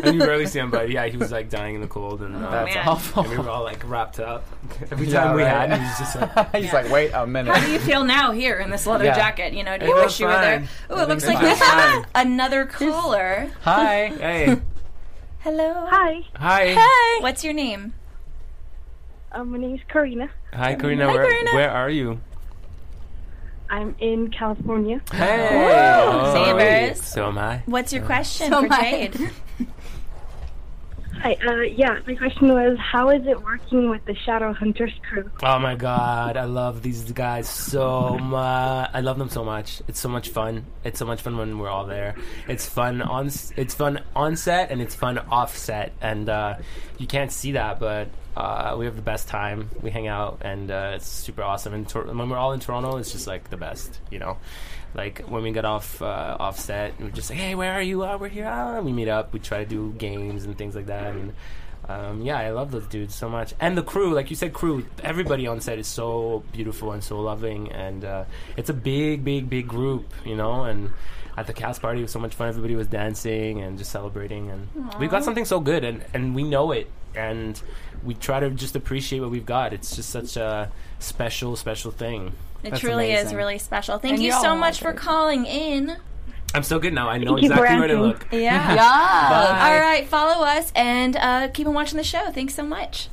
Speaker 3: and [LAUGHS]
Speaker 5: [LAUGHS]
Speaker 3: you barely see him, but yeah, he was like dying in the cold, and, uh,
Speaker 8: That's
Speaker 10: man.
Speaker 8: awful.
Speaker 3: and we were all like wrapped
Speaker 8: [LAUGHS]
Speaker 3: up. Every [LAUGHS]
Speaker 8: Yeah,
Speaker 3: time we
Speaker 8: right.
Speaker 3: had, he was just
Speaker 10: [LAUGHS]
Speaker 3: like,
Speaker 8: [LAUGHS] he's like, wait a minute.
Speaker 10: How do you feel now here in this leather
Speaker 8: Yeah.
Speaker 10: jacket? You know, do
Speaker 3: It
Speaker 10: you
Speaker 3: looks
Speaker 10: wish you were there?
Speaker 3: fine.
Speaker 10: Oh, it looks like we
Speaker 3: looks
Speaker 2: [LAUGHS]
Speaker 10: have another caller.
Speaker 8: Hi.
Speaker 3: "Hey,
Speaker 2: Hello.
Speaker 9: Hi,
Speaker 3: hi,
Speaker 2: What's your name?
Speaker 9: um, my name is Karina.
Speaker 3: hi, Karina. where, where are you?
Speaker 9: I'm in California.
Speaker 3: Hey,
Speaker 2: Sabers.
Speaker 3: So am I.
Speaker 2: What's
Speaker 8: Oh.
Speaker 2: your question
Speaker 5: So
Speaker 2: for
Speaker 5: my-
Speaker 2: [LAUGHS] Jade?
Speaker 9: Hi, uh, yeah, my question was, how is it working with the Shadowhunters crew?
Speaker 3: Oh my god, I love these guys so much. I love them so much. It's so much fun. It's so much fun when we're all there. It's fun on s- it's fun on set and it's fun off set, and uh, you can't see that, but uh, we have the best time. We hang out, and uh, it's super awesome. And Tor- when we're all in Toronto, it's just like the best, you know. Like when we get off uh, off set, we're just like, hey, where are you? Oh, we're here. Ah, we meet up. We try to do games and things like that. And, um, yeah, I love those dudes so much, and the crew. Like you said, crew. Everybody on set is so beautiful and so loving, and uh, it's a big, big, big group, you know. And at the cast party, it was so much fun. Everybody was dancing and just celebrating, and we've got something so good, and and we know it, and we try to just appreciate what we've got. It's just such a special, special thing.
Speaker 2: It
Speaker 8: That's
Speaker 2: truly is
Speaker 8: amazing.
Speaker 2: really special. Thank
Speaker 5: And
Speaker 2: you
Speaker 5: y'all
Speaker 2: so
Speaker 5: like
Speaker 2: much for
Speaker 5: it.
Speaker 2: calling in.
Speaker 3: I'm so good now. I know
Speaker 9: Thank you for
Speaker 3: exactly where to
Speaker 9: asking.
Speaker 3: look.
Speaker 2: Yeah.
Speaker 5: Yeah.
Speaker 2: Uh, All right, follow us and uh, keep on watching the show. Thanks so much.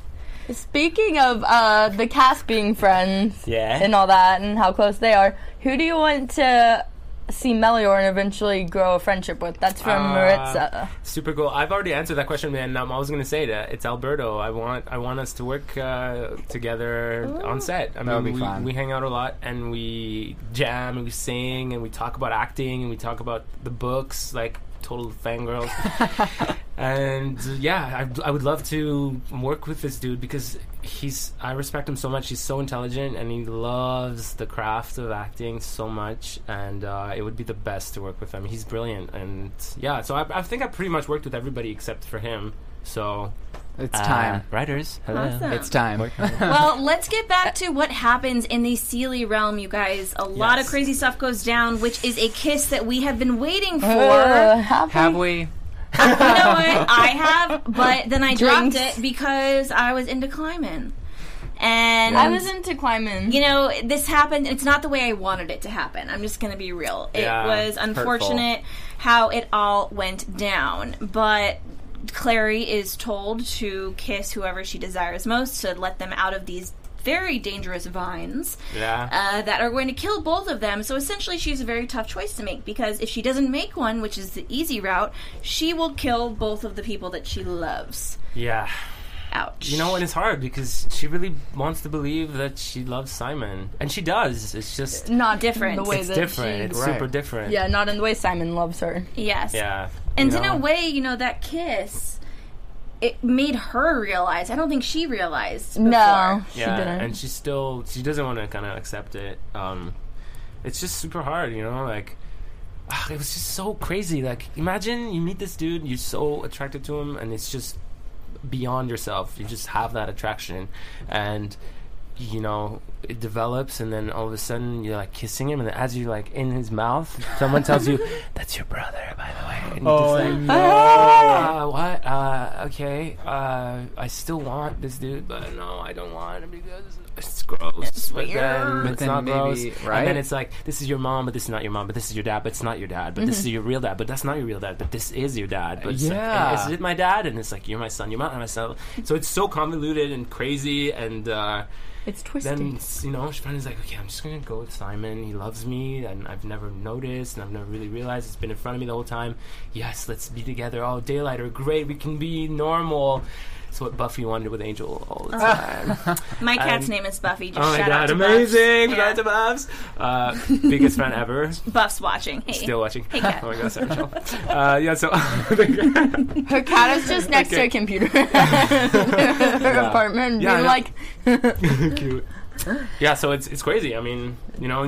Speaker 5: Speaking of uh, the cast being friends
Speaker 3: Yeah.
Speaker 5: and all that and how close they are, who do you want to see Melior and eventually grow a friendship with? That's from
Speaker 3: Uh,
Speaker 5: Maritza.
Speaker 3: Super cool. I've already answered that question, man. Um, I was going to say that it's Alberto. I want I want us to work uh, together on set. I
Speaker 8: That would
Speaker 3: mean,
Speaker 8: be
Speaker 3: we,
Speaker 8: fun.
Speaker 3: we hang out a lot and we jam and we sing and we talk about acting and we talk about the books, like total fangirls. and uh, yeah, I, I would love to work with this dude because he's I respect him so much. He's so intelligent and he loves the craft of acting so much. And uh, it would be the best to work with him. He's brilliant, and yeah. So I, I think I pretty much worked with everybody except for him. So uh,
Speaker 8: It's time.
Speaker 3: writers. Hello.
Speaker 8: It's time.
Speaker 2: Well, let's get back to what happens in the Sealy realm, you guys. A lot
Speaker 3: Yes.
Speaker 2: of crazy stuff goes down, which is a kiss that we have been waiting
Speaker 8: Ah.
Speaker 2: for.
Speaker 5: Uh, happy-
Speaker 8: Have we?
Speaker 2: You know what? I have, but then I dropped
Speaker 5: Drinks.
Speaker 2: it because I was into climbing. And
Speaker 5: I was into climbing.
Speaker 2: you know, this happened. It's not the way I wanted it to happen. I'm just going to be real. It
Speaker 3: Yeah,
Speaker 2: was unfortunate how it all went down. But Clary is told to kiss whoever she desires most to let them out of these very dangerous vines
Speaker 3: Yeah.
Speaker 2: uh, that are going to kill both of them. So essentially, she's a very tough choice to make because if she doesn't make one, which is the easy route, she will kill both of the people that she loves.
Speaker 3: yeah.
Speaker 2: Ouch.
Speaker 3: You know, and it's hard because she really wants to believe that she loves Simon, and she does. It's just
Speaker 5: not
Speaker 2: different.
Speaker 5: The way
Speaker 3: it's
Speaker 5: that
Speaker 3: different.
Speaker 5: she-
Speaker 3: It's
Speaker 8: Right.
Speaker 3: super different.
Speaker 5: yeah, not in the way Simon loves her.
Speaker 2: Yes.
Speaker 3: Yeah.
Speaker 2: And
Speaker 3: you
Speaker 2: in
Speaker 3: know?
Speaker 2: a way, you know, that kiss, it made her realize. I don't think she realized. Before.
Speaker 5: No,
Speaker 3: yeah,
Speaker 5: she didn't.
Speaker 3: and she still she doesn't want to kind of accept it. Um, it's just super hard, you know. Like ah, it was just so crazy. Like imagine you meet this dude, you're so attracted to him, and it's just beyond yourself. You just have that attraction, and you know it develops, and then all of a sudden you're like kissing him, and then as you're like in his mouth, someone tells
Speaker 5: [LAUGHS]
Speaker 3: you that's your brother, by the way.
Speaker 8: Oh,
Speaker 3: And you're just like, uh, what? Uh, okay. Uh, I still want this dude, but no, I don't want him because it's gross. but then
Speaker 8: But
Speaker 3: it's
Speaker 8: then
Speaker 3: not
Speaker 8: maybe-
Speaker 3: gross.
Speaker 8: right?
Speaker 3: And then it's like, this is your mom, but this is not your mom, but this is your dad, but it's not your dad, but this
Speaker 8: Mm-hmm.
Speaker 3: is your real dad, but that's not your real dad, but this is your dad. But it's like,
Speaker 8: Yeah.
Speaker 3: and is it my dad? And it's like, you're my son, you're not my son. So it's so convoluted and crazy and. Uh,
Speaker 5: it's twisted.
Speaker 3: then you know she finally's like okay i'm just gonna go with simon he loves me and i've never noticed and i've never really realized it's been in front of me the whole time yes let's be together all daylight or great we can be normal That's what Buffy wanted with Angel all the time.
Speaker 2: Oh. [LAUGHS] My cat's
Speaker 3: And-
Speaker 2: name is Buffy. Just
Speaker 3: oh my
Speaker 2: shout
Speaker 3: god,
Speaker 2: out to
Speaker 3: amazing!
Speaker 2: Buffs.
Speaker 3: Shout out to Buffs. Uh, biggest fan ever.
Speaker 2: Buff's watching. [LAUGHS] Hey.
Speaker 3: Still watching.
Speaker 2: Hey, cat.
Speaker 3: [LAUGHS] Oh my god, sorry, Michelle. Uh, yeah, so [LAUGHS]
Speaker 5: Her cat is just next to
Speaker 3: Okay.
Speaker 5: a computer in her
Speaker 3: [LAUGHS] Yeah.
Speaker 5: apartment,
Speaker 3: Yeah, I
Speaker 5: being
Speaker 3: know. [LAUGHS]
Speaker 5: like,
Speaker 3: cute. Yeah, so it's it's crazy. I mean, you know,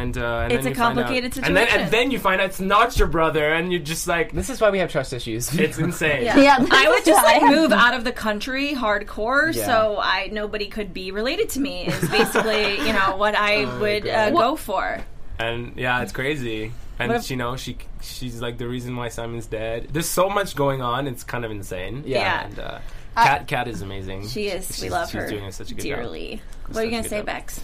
Speaker 3: and uh, and
Speaker 2: It's
Speaker 3: then
Speaker 2: a
Speaker 3: you find out-
Speaker 2: complicated
Speaker 3: And then
Speaker 2: situation.
Speaker 3: and then you find out it's not your brother, and you're just like,
Speaker 8: This is why we have trust issues.
Speaker 3: [LAUGHS] it's insane.
Speaker 2: Yeah.
Speaker 5: [LAUGHS] Yeah, this
Speaker 2: I would
Speaker 5: is
Speaker 2: just like
Speaker 5: why.
Speaker 2: move out of the country hardcore,
Speaker 8: Yeah.
Speaker 2: so I nobody could be related to me. Is basically you
Speaker 3: [LAUGHS]
Speaker 2: know what I
Speaker 3: Oh,
Speaker 2: would uh, go for.
Speaker 3: and yeah, it's crazy. And
Speaker 2: What if-
Speaker 3: you know, she she's like the reason why Simon's dead. There's so much going on. It's kind of insane.
Speaker 2: Yeah.
Speaker 3: And, uh, Cat Cat is amazing.
Speaker 2: She is. we
Speaker 3: She's-
Speaker 2: love
Speaker 3: she's
Speaker 2: her
Speaker 3: doing such a good job.
Speaker 2: dearly. What are
Speaker 3: such
Speaker 2: you
Speaker 3: a
Speaker 2: gonna
Speaker 3: good
Speaker 2: say,
Speaker 3: job.
Speaker 2: Bex?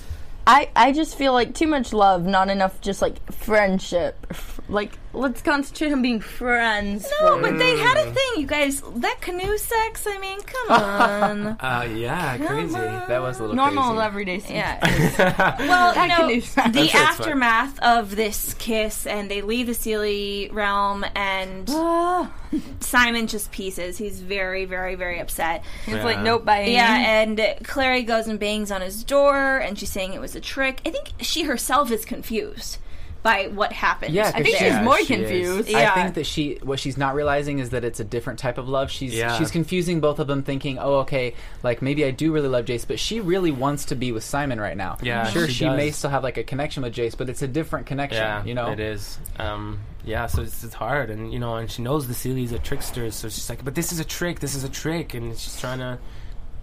Speaker 5: I, I just feel like too much love, not enough just like friendship. F- Like, let's concentrate on being friends.
Speaker 2: No,
Speaker 5: first.
Speaker 2: but they had
Speaker 3: Mm.
Speaker 2: a thing, you guys. That canoe sex. I mean, come on.
Speaker 3: Uh, yeah, crazy.
Speaker 8: That was a little
Speaker 5: normal
Speaker 8: crazy.
Speaker 5: everyday stuff. [LAUGHS]
Speaker 2: yeah. Well, you
Speaker 5: That
Speaker 2: know,
Speaker 5: canoe sex.
Speaker 2: the
Speaker 3: it's fine.
Speaker 2: aftermath of this kiss, and they leave the Sealy realm, and
Speaker 5: Ah.
Speaker 2: Simon just pieces. He's very, very, very upset.
Speaker 5: It's
Speaker 3: Yeah.
Speaker 5: like nope, bye.
Speaker 2: Yeah, and Clary goes and bangs on his door, and she's saying it was a trick. I think she herself is confused by what happened.
Speaker 8: [LAUGHS] Yeah,
Speaker 5: I think
Speaker 8: 'cause
Speaker 5: she's
Speaker 8: yeah,
Speaker 5: more
Speaker 8: she is.
Speaker 5: confused.
Speaker 2: Yeah.
Speaker 8: I think that she what she's not realizing is that it's a different type of love. She's
Speaker 3: Yeah.
Speaker 8: she's confusing both of them, thinking, "Oh, okay, like maybe I do really love Jace, but she really wants to be with Simon right now.
Speaker 3: Yeah,
Speaker 8: sure,
Speaker 3: she
Speaker 8: she, may
Speaker 3: does.
Speaker 8: still have like a connection with Jace, but it's a different connection.
Speaker 3: Yeah,
Speaker 8: you know,
Speaker 3: it is. Um, yeah, so it's, it's hard, and you know, and she knows the Seeley's a trickster, so she's like, "But this is a trick. This is a trick," and she's trying to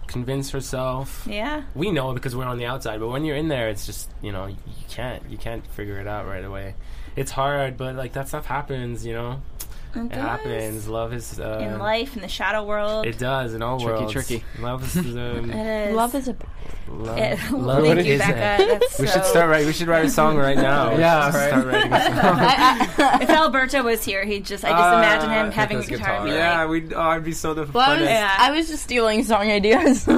Speaker 3: convince herself.
Speaker 2: Yeah.
Speaker 3: We know because we're on the outside, but when you're in there, it's just you know you can't you can't figure it out right away. It's hard, but like that stuff happens, you know. It,
Speaker 2: does.
Speaker 3: happens. Love is uh,
Speaker 2: in life, in the shadow world.
Speaker 3: It does in all
Speaker 8: Tricky,
Speaker 3: worlds.
Speaker 8: tricky.
Speaker 2: [LAUGHS]
Speaker 3: Love is um,
Speaker 2: is.
Speaker 5: Love is a
Speaker 3: love.
Speaker 2: It-
Speaker 3: love
Speaker 2: Thank you,
Speaker 3: is it?
Speaker 2: Becca. That's
Speaker 3: We
Speaker 2: so-
Speaker 3: should start right. We should write a song right now.
Speaker 8: Yeah,
Speaker 3: We should
Speaker 8: right.
Speaker 3: Start
Speaker 8: [LAUGHS]
Speaker 3: writing a song.
Speaker 2: If Alberto was here, he would just I just
Speaker 3: Ah,
Speaker 2: imagine him
Speaker 8: with
Speaker 2: having a
Speaker 8: his
Speaker 2: guitar.
Speaker 8: guitar.
Speaker 2: And be
Speaker 3: Yeah,
Speaker 2: like,
Speaker 3: we'd. Oh, I'd be so the
Speaker 5: Well, I was,
Speaker 3: funnest.
Speaker 2: Yeah.
Speaker 5: I was just stealing song [LAUGHS] ideas.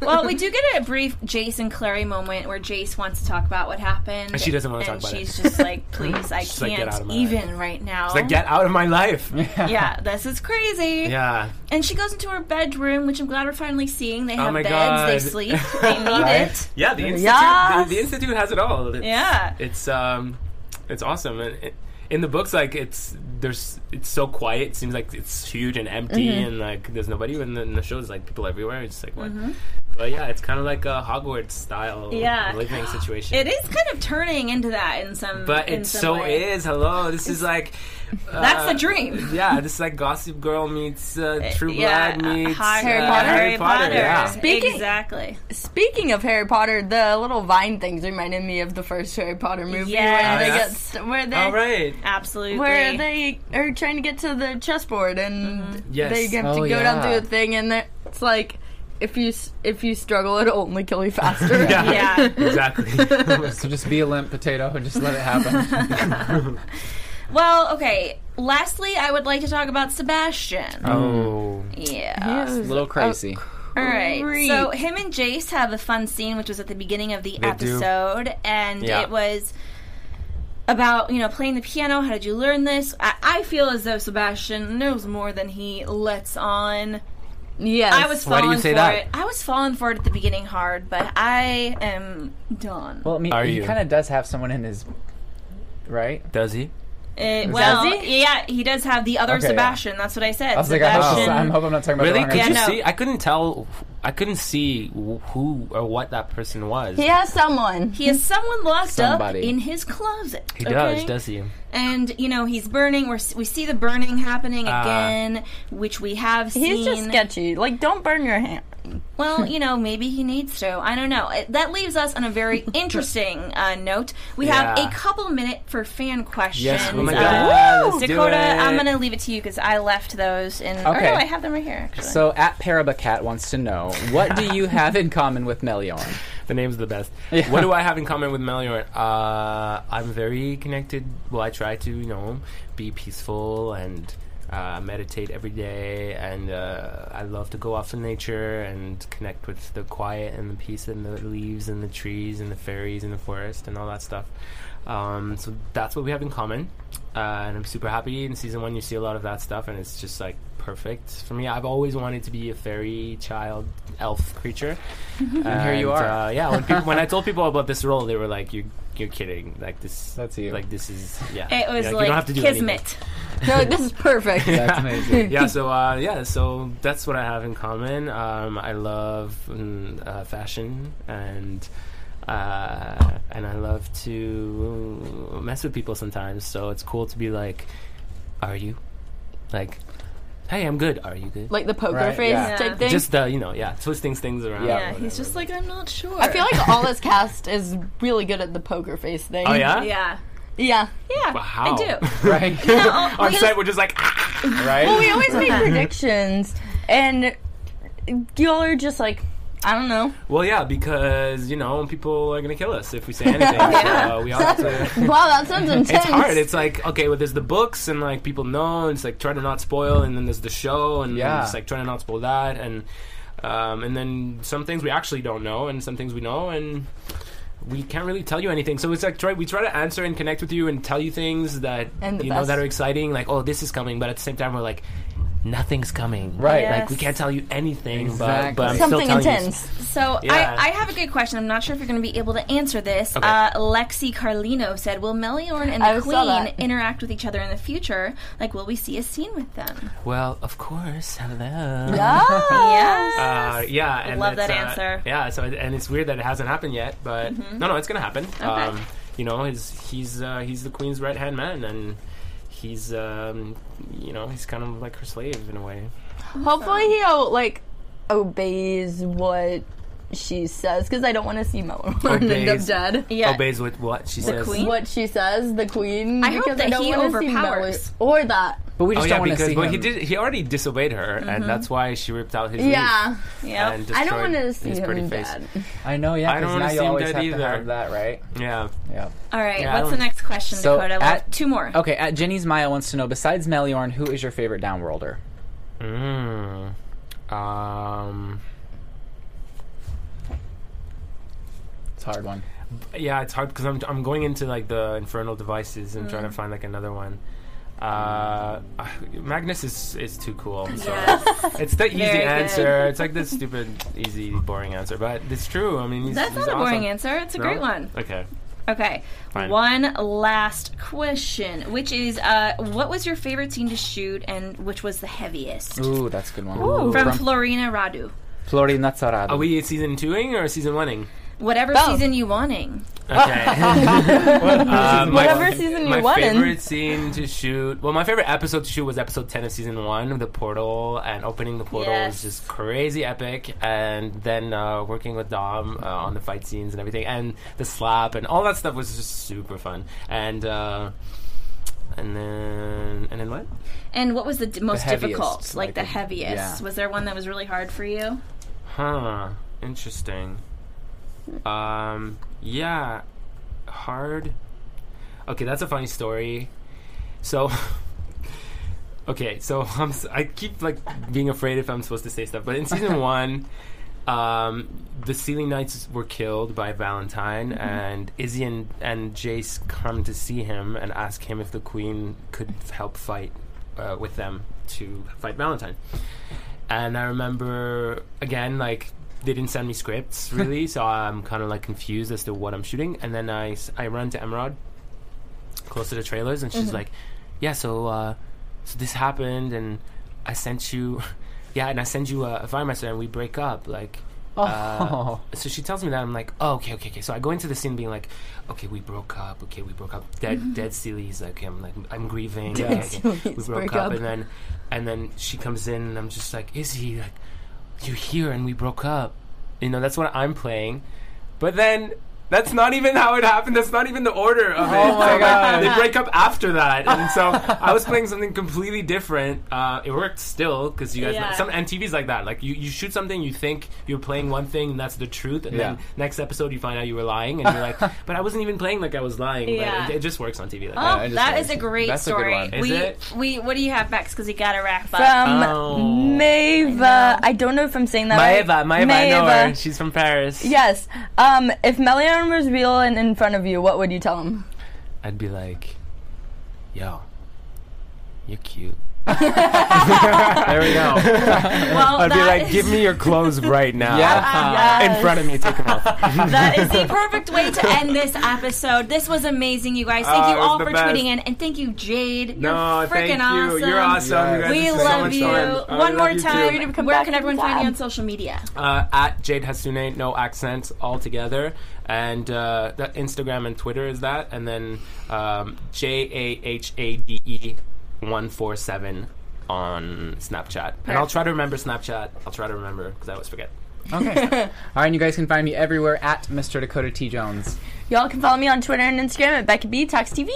Speaker 2: well, we do get a brief Jace and Clary moment where Jace wants to talk about what happened,
Speaker 3: And she doesn't wanna
Speaker 2: and
Speaker 3: talk about it.
Speaker 2: she's just
Speaker 3: [LAUGHS]
Speaker 2: like, "Please, I
Speaker 3: She's like, "Get
Speaker 2: can't
Speaker 3: out of my
Speaker 2: even right now."
Speaker 3: It's like, get out of my life.
Speaker 2: yeah, this is crazy.
Speaker 3: yeah.
Speaker 2: And she goes into her bedroom, which I'm glad we're finally seeing. They
Speaker 3: Oh
Speaker 2: have
Speaker 3: my
Speaker 2: beds, they sleep,
Speaker 3: God. [LAUGHS]
Speaker 2: they need it.
Speaker 3: Yeah, the institute.
Speaker 5: Yes.
Speaker 3: The, the institute has it all. It's,
Speaker 2: Yeah.
Speaker 3: It's um, it's awesome. And it, in the books, like it's there's it's so quiet. It seems like it's huge and empty,
Speaker 2: Mm-hmm.
Speaker 3: and like there's nobody. And then in the show, there's like people everywhere. It's just like what. But yeah, it's kind of like a Hogwarts style
Speaker 2: Mm-hmm. Yeah.
Speaker 3: living situation.
Speaker 2: It is kind of turning into that in some.
Speaker 3: But
Speaker 2: in
Speaker 3: it
Speaker 2: some
Speaker 3: so
Speaker 2: way.
Speaker 3: is. Hello, this is like.
Speaker 2: That's
Speaker 3: uh,
Speaker 2: the dream.
Speaker 3: Yeah, this is like Gossip Girl meets uh, True
Speaker 2: yeah,
Speaker 3: Blood meets
Speaker 2: Har-
Speaker 5: Harry
Speaker 3: uh,
Speaker 5: Potter.
Speaker 3: Harry Potter. Yeah.
Speaker 5: Speaking-
Speaker 2: exactly.
Speaker 5: Speaking of Harry Potter, the little vine things reminded me of the first Harry Potter movie
Speaker 2: Yes.
Speaker 5: where
Speaker 3: Oh,
Speaker 5: they
Speaker 3: yeah?
Speaker 5: get st- where they
Speaker 3: All right.
Speaker 2: Absolutely.
Speaker 5: where they are trying to get to the chessboard and
Speaker 3: Yes.
Speaker 5: they have
Speaker 8: Oh,
Speaker 5: to go down
Speaker 8: yeah.
Speaker 5: through a thing and they're- it's like if you s- if you struggle, it'll only kill you
Speaker 3: [LAUGHS]
Speaker 5: faster. [LAUGHS]
Speaker 3: Yeah.
Speaker 2: yeah.
Speaker 3: Exactly.
Speaker 8: [LAUGHS] So just be a limp potato and just let it happen.
Speaker 3: [LAUGHS]
Speaker 2: Well, okay. Lastly, I would like to talk about Sebastian.
Speaker 8: oh,
Speaker 2: yeah.
Speaker 8: a
Speaker 3: Oh.
Speaker 8: little crazy.
Speaker 2: All right.
Speaker 5: Great.
Speaker 2: So him and Jace have a fun scene, which was at the beginning of the
Speaker 3: They do.
Speaker 2: episode, and
Speaker 3: Yeah.
Speaker 2: it was about you know playing the piano. How did you learn this? I, I feel as though Sebastian knows more than he lets on.
Speaker 5: Yes.
Speaker 2: I was
Speaker 3: Why
Speaker 2: falling
Speaker 3: do you say
Speaker 2: for
Speaker 3: that?
Speaker 2: it. I was falling for it at the beginning hard, but I am done.
Speaker 8: Well, I mean,
Speaker 3: Are
Speaker 8: he
Speaker 3: you?
Speaker 8: kind of does have someone in his right.
Speaker 3: [LAUGHS] Does he?
Speaker 2: Uh, well,
Speaker 5: Does
Speaker 2: yeah, he does have the other
Speaker 8: Okay, yeah.
Speaker 2: Sebastian. That's what I said.
Speaker 8: I was like, I hope,
Speaker 2: Sebastian.
Speaker 8: this- I hope I'm not talking about the
Speaker 3: Really?
Speaker 8: wrong
Speaker 3: Could
Speaker 2: Yeah,
Speaker 3: you
Speaker 2: no.
Speaker 3: see? I couldn't tell. I couldn't see wh- who or what that person was.
Speaker 5: he has someone.
Speaker 2: He has someone locked up
Speaker 8: Somebody.
Speaker 2: in his closet.
Speaker 3: He does,
Speaker 2: okay?
Speaker 3: does he?
Speaker 2: And you know he's burning. We're, s- we see the burning happening
Speaker 3: Ah.
Speaker 2: again, which we have seen.
Speaker 5: He's just sketchy. Like, don't burn your hand.
Speaker 2: well, you know, maybe he needs to. I don't know. It- That leaves us on a
Speaker 3: [LAUGHS]
Speaker 2: very interesting uh, note. We have
Speaker 3: Yeah.
Speaker 2: a couple minute for fan questions.
Speaker 8: Yes, oh my
Speaker 2: Uh,
Speaker 3: God, let's do
Speaker 2: Dakota, I'm
Speaker 3: it.
Speaker 2: gonna leave it to you because I left those in. Or
Speaker 8: Okay.
Speaker 2: no, I have them right here. Actually.
Speaker 8: So at Parabacat wants to know what do [LAUGHS] you have in common with Meliorn?
Speaker 3: [LAUGHS] The name's the best.
Speaker 8: Yeah.
Speaker 3: What do I have in common with Melior? Uh, I'm very connected. Well, I try to, you know, be peaceful and uh, meditate every day. And uh, I love to go out in nature and connect with the quiet and the peace and the leaves and the trees and the fairies and the forest and all that stuff. Um, so that's what we have in common. uh, and I'm super happy. In season one, you see a lot of that stuff, and it's just like perfect for me. I've always wanted to be a fairy child elf creature,
Speaker 8: [LAUGHS] And here you are.
Speaker 3: Uh, yeah, when, people,
Speaker 10: [LAUGHS]
Speaker 3: when I told people about this role, they were like, "You." You're kidding! Like this—that's
Speaker 8: you.
Speaker 3: Like this is yeah.
Speaker 10: It was
Speaker 3: Yeah, you
Speaker 10: like
Speaker 3: don't have to do anything.
Speaker 10: kismet.
Speaker 3: [LAUGHS]
Speaker 5: They're like, this is perfect.
Speaker 8: That's
Speaker 10: [LAUGHS]
Speaker 8: amazing. [LAUGHS]
Speaker 3: yeah so uh, yeah so that's what i have in common um, i love mm, uh, fashion and uh, and i love to mess with people sometimes so it's cool to be like are you like hey i'm good are you good
Speaker 5: Like the poker
Speaker 8: Right,
Speaker 5: face
Speaker 8: yeah.
Speaker 5: type thing.
Speaker 3: just uh, you know yeah twisting things around
Speaker 8: Yeah,
Speaker 3: or
Speaker 10: Yeah, he's
Speaker 3: whatever.
Speaker 10: just like I'm not sure.
Speaker 5: I feel like all this cast is really good at the poker face thing.
Speaker 3: oh yeah
Speaker 10: yeah,
Speaker 5: Yeah.
Speaker 10: yeah,
Speaker 3: Wow.
Speaker 10: I do.
Speaker 8: Right?
Speaker 10: oh, [LAUGHS]
Speaker 3: [LAUGHS] on
Speaker 10: we
Speaker 3: set we're just like "Ah!"
Speaker 5: Well, we
Speaker 8: right?
Speaker 5: always
Speaker 3: [LAUGHS]
Speaker 5: make predictions, and y'all are just like, I don't know.
Speaker 3: well yeah because you know people are gonna kill us if we say anything
Speaker 5: [LAUGHS]
Speaker 3: so uh, we all have to
Speaker 5: Wow, that sounds intense.
Speaker 3: It's hard. It's like okay, well, there's the books and like people know. And it's like try to not spoil, and then there's the show, and
Speaker 8: Yeah.
Speaker 3: it's like trying to not spoil that, and um, and then some things we actually don't know, and some things we know, and we can't really tell you anything. So it's like try we try to answer and connect with you and tell you things that
Speaker 5: And the
Speaker 3: you know
Speaker 5: best.
Speaker 3: that are exciting, like oh this is coming, but at the same time we're like nothing's coming,
Speaker 8: Right.
Speaker 3: Like we can't tell you anything, but,
Speaker 8: Exactly.
Speaker 3: but I'm
Speaker 5: something
Speaker 3: still telling you [LAUGHS]
Speaker 5: intense.
Speaker 10: So
Speaker 3: Yeah.
Speaker 10: I, I have a good question. I'm not sure if you're going to be able to answer this.
Speaker 3: Okay.
Speaker 10: Uh, Lexi Carlino said, "Will Meliorn and
Speaker 5: I
Speaker 10: the
Speaker 5: saw that.
Speaker 10: Queen interact with each other in the future? Like, will we see a scene with them?"
Speaker 3: Well, of course. Hello.
Speaker 5: Ah,
Speaker 10: Yeah.
Speaker 3: Uh, yeah, and
Speaker 10: Love
Speaker 3: it's,
Speaker 10: that
Speaker 3: uh,
Speaker 10: answer.
Speaker 3: Yeah, so it- and it's weird that it hasn't happened yet, but no, no, it's gonna happen. Um, you know, his, he's uh, he's the queen's right hand man, and he's um, you know he's kind of like her slave in a way.
Speaker 5: hopefully he oh, like obeys what she says because I don't want to see [LAUGHS] Melon end up
Speaker 3: Obeys.
Speaker 5: dead.
Speaker 10: Yeah.
Speaker 3: Obeys with what she says. Oh,
Speaker 10: queen?
Speaker 5: What she says, the queen.
Speaker 10: I hope
Speaker 5: because
Speaker 10: that
Speaker 5: don't
Speaker 10: he
Speaker 5: wanna see
Speaker 10: overpowers.
Speaker 5: Melor- or that.
Speaker 8: But we
Speaker 3: Oh
Speaker 8: just
Speaker 3: yeah,
Speaker 8: don't want to
Speaker 3: because
Speaker 8: see
Speaker 3: well,
Speaker 8: him.
Speaker 3: he did he already disobeyed her, and that's why she ripped out his
Speaker 5: Yeah,
Speaker 3: leaf
Speaker 10: Yeah.
Speaker 3: and
Speaker 5: I don't
Speaker 3: destroyed
Speaker 5: want to see
Speaker 3: his pretty
Speaker 5: him
Speaker 3: face. [LAUGHS]
Speaker 5: dead.
Speaker 8: I know, yeah,
Speaker 3: I don't
Speaker 8: because
Speaker 3: wanna
Speaker 8: now
Speaker 3: see
Speaker 8: you
Speaker 3: him
Speaker 8: always
Speaker 3: dead
Speaker 8: have to
Speaker 3: either.
Speaker 8: have that, right?
Speaker 3: Yeah,
Speaker 8: Yeah.
Speaker 10: All right.
Speaker 3: Yeah, I
Speaker 10: what's the
Speaker 3: don't-
Speaker 10: next question,
Speaker 8: So
Speaker 10: Dakota? we have
Speaker 8: at-
Speaker 10: two more.
Speaker 8: Okay, at Jenny's Maya wants to know, besides Meliorn, who is your favorite downworlder?
Speaker 3: Mm. Um.
Speaker 8: It's a hard one.
Speaker 3: yeah, it's hard because I'm I'm going into like the infernal devices and
Speaker 10: Mm.
Speaker 3: trying to find like another one. Uh, Magnus is is too cool. So [LAUGHS] it's the easy
Speaker 10: Very good.
Speaker 3: answer. It's like the stupid, easy, boring answer, but it's true. I mean, he's,
Speaker 10: That's
Speaker 3: he's
Speaker 10: not a boring
Speaker 3: awesome.
Speaker 10: answer. It's a
Speaker 3: No?
Speaker 10: great one.
Speaker 3: Okay,
Speaker 10: Okay.
Speaker 3: Fine.
Speaker 10: One last question, which is, uh, what was your favorite scene to shoot, and which was the heaviest?
Speaker 8: Ooh, that's a good one.
Speaker 10: From
Speaker 8: From
Speaker 10: Florina Radu.
Speaker 8: Florina Zarado.
Speaker 3: are we season twoing or
Speaker 10: [LAUGHS]
Speaker 3: season oneing?
Speaker 10: Whatever season you wanting.
Speaker 3: Okay. [LAUGHS] Uh, my-
Speaker 5: Whatever season
Speaker 3: my
Speaker 5: you won in.
Speaker 3: favorite scene to shoot. Well, my favorite episode to shoot was episode ten of season one, with the portal and opening the portal
Speaker 10: Yes.
Speaker 3: was just crazy epic. And then uh, working with Dom uh, on the fight scenes and everything, and the slap and all that stuff was just super fun. And uh, and then and then what?
Speaker 10: And what was the d- most
Speaker 8: heaviest,
Speaker 10: difficult? Like,
Speaker 8: like
Speaker 10: the
Speaker 8: the-
Speaker 10: heaviest.
Speaker 8: yeah.
Speaker 10: Was there one that was really hard for you?
Speaker 3: Huh. Interesting. Um. Yeah. Hard. Okay, that's a funny story. So. [LAUGHS] okay, so [LAUGHS] I'm, s- I keep like being afraid if I'm supposed to say stuff, but in season one. Um, the Sealing Knights were killed by Valentine, and Izzy and, and Jace come to see him and ask him if the Queen could help fight uh, with them to fight Valentine. And I remember again, like they didn't send me scripts really, so I'm kind of like confused as to what I'm shooting. And then I s- I run to Emerald, close to the trailers, and she's like, "Yeah, so uh, so this happened, and I sent you, [LAUGHS] yeah, and I sent you a, a fire master, and we break up, like." Uh,
Speaker 8: Oh.
Speaker 3: [LAUGHS] so she tells me that I'm like, oh, okay, okay, okay. So I go into the scene being like, okay, we broke up. Okay, we broke up. Dead, dead Seely's like, I'm like, I'm grieving. okay, okay. We
Speaker 5: Seely's
Speaker 3: broke
Speaker 5: break
Speaker 3: up,
Speaker 5: up.
Speaker 3: and then, and then she comes in, and I'm just like, is he like, you're here, and we broke up. You know, that's what I'm playing. But then. That's not even how it happened. That's not even the order of it. Oh my god! They break up after that, and [LAUGHS] so I was playing something completely different. Uh, it worked still because you guys
Speaker 10: Yeah.
Speaker 3: some and TV's like that. Like you, you shoot something, you think you're playing one thing, and that's the truth, and then
Speaker 8: Yeah.
Speaker 3: next episode you find out you were lying, and you're [LAUGHS] like, but I wasn't even playing like I was lying.
Speaker 10: Yeah.
Speaker 3: But it, it just works on TV like
Speaker 10: Oh,
Speaker 8: I just
Speaker 10: that
Speaker 8: like-
Speaker 10: is a great
Speaker 8: that's a good
Speaker 10: story.
Speaker 8: one.
Speaker 3: Is
Speaker 10: we
Speaker 3: it?
Speaker 10: we what do you have, Bex? Because we got to wrap up.
Speaker 5: From
Speaker 3: Oh.
Speaker 5: Maeva. I, don't know if I'm saying that
Speaker 3: that.
Speaker 5: right.
Speaker 3: Maeva, Maeva, I know her.
Speaker 5: Maeva.
Speaker 3: She's from Paris.
Speaker 5: Yes. Um, if Melion was real and in front of you, what would you tell him?
Speaker 3: I'd be like, yo, you're cute.
Speaker 8: there we go. [LAUGHS]
Speaker 2: Well,
Speaker 3: I'd be
Speaker 2: Oh, that
Speaker 3: like,
Speaker 2: is-
Speaker 3: give me your clothes right now.
Speaker 2: Yeah.
Speaker 3: In front of me, take them off.
Speaker 2: [LAUGHS] that is the perfect way to end this episode. This was amazing, you guys. Thank
Speaker 3: Oh,
Speaker 2: you
Speaker 3: it was
Speaker 2: all
Speaker 3: the
Speaker 2: for
Speaker 3: best.
Speaker 2: tweeting in, and thank you, Jade.
Speaker 3: [LAUGHS] No,
Speaker 2: You're
Speaker 3: thank
Speaker 2: freaking
Speaker 3: you.
Speaker 2: awesome.
Speaker 3: You're awesome. You guys
Speaker 2: we
Speaker 3: are so
Speaker 2: love
Speaker 3: much
Speaker 2: you.
Speaker 3: fun. I
Speaker 2: One
Speaker 3: love
Speaker 2: more
Speaker 3: you too.
Speaker 2: time. Where can
Speaker 5: back
Speaker 2: everyone find you
Speaker 5: anytime.
Speaker 2: on social media?
Speaker 3: uh, at Jade Hasune, no accent altogether, and uh, that Instagram and Twitter is that, and then um, J A H A D E one four seven on Snapchat. And I'll try to remember Snapchat. I'll try to remember because I always forget.
Speaker 2: [LAUGHS]
Speaker 8: All right, and you guys can find me everywhere at Mr. Dakota T. Jones.
Speaker 5: Y'all can follow me on Twitter and Instagram at Becca B Talks TV.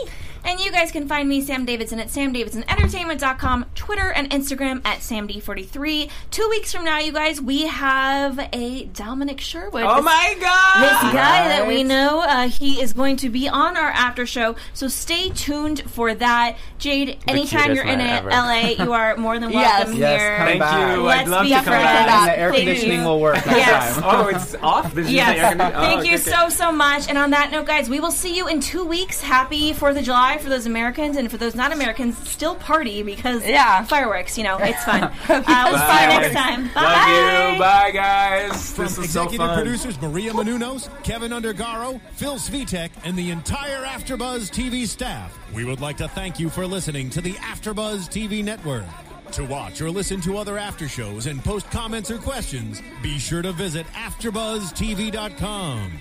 Speaker 2: And you guys can find me, Sam Davidson, at samdavidsonentertainment.com, Twitter and Instagram at samd43. Two weeks from now, you guys, we have a Dominic Sherwood.
Speaker 3: Oh my God!
Speaker 2: This guy that we know, uh, he is going to be on our after show, so stay tuned for that. Jade, anytime
Speaker 3: cutest
Speaker 2: you're in
Speaker 3: man
Speaker 2: a
Speaker 3: ever.
Speaker 2: LA, you are more
Speaker 3: [LAUGHS]
Speaker 2: than
Speaker 5: Yes.
Speaker 2: welcome
Speaker 8: Yes,
Speaker 2: here.
Speaker 8: come
Speaker 3: Thank
Speaker 8: back.
Speaker 3: you.
Speaker 2: Let's
Speaker 3: I'd love
Speaker 2: be
Speaker 3: to come
Speaker 2: friends.
Speaker 3: back.
Speaker 8: And the air
Speaker 2: Thank
Speaker 8: conditioning
Speaker 2: you.
Speaker 8: will work next
Speaker 2: Yes.
Speaker 8: time.
Speaker 3: Oh, it's off. This is the air
Speaker 2: Yes.
Speaker 3: condi- oh,
Speaker 2: Thank you
Speaker 3: okay, okay.
Speaker 2: so, so much. And on that note, guys, we will see you in two weeks. Happy 4th of July for those Americans. And for those not Americans, still party because
Speaker 5: Yeah.
Speaker 2: fireworks, you know, it's fun. uh, we'll see you next time. Bye.
Speaker 3: Love you. Bye, guys.
Speaker 4: From
Speaker 3: this was so
Speaker 4: executive
Speaker 3: fun.
Speaker 4: producers Maria Menounos, Kevin Undergaro, Phil Svitek, and the entire AfterBuzz TV staff, we would like to thank you for listening to the AfterBuzz TV network. To watch or listen to other after shows and post comments or questions, be sure to visit AfterBuzzTV.com.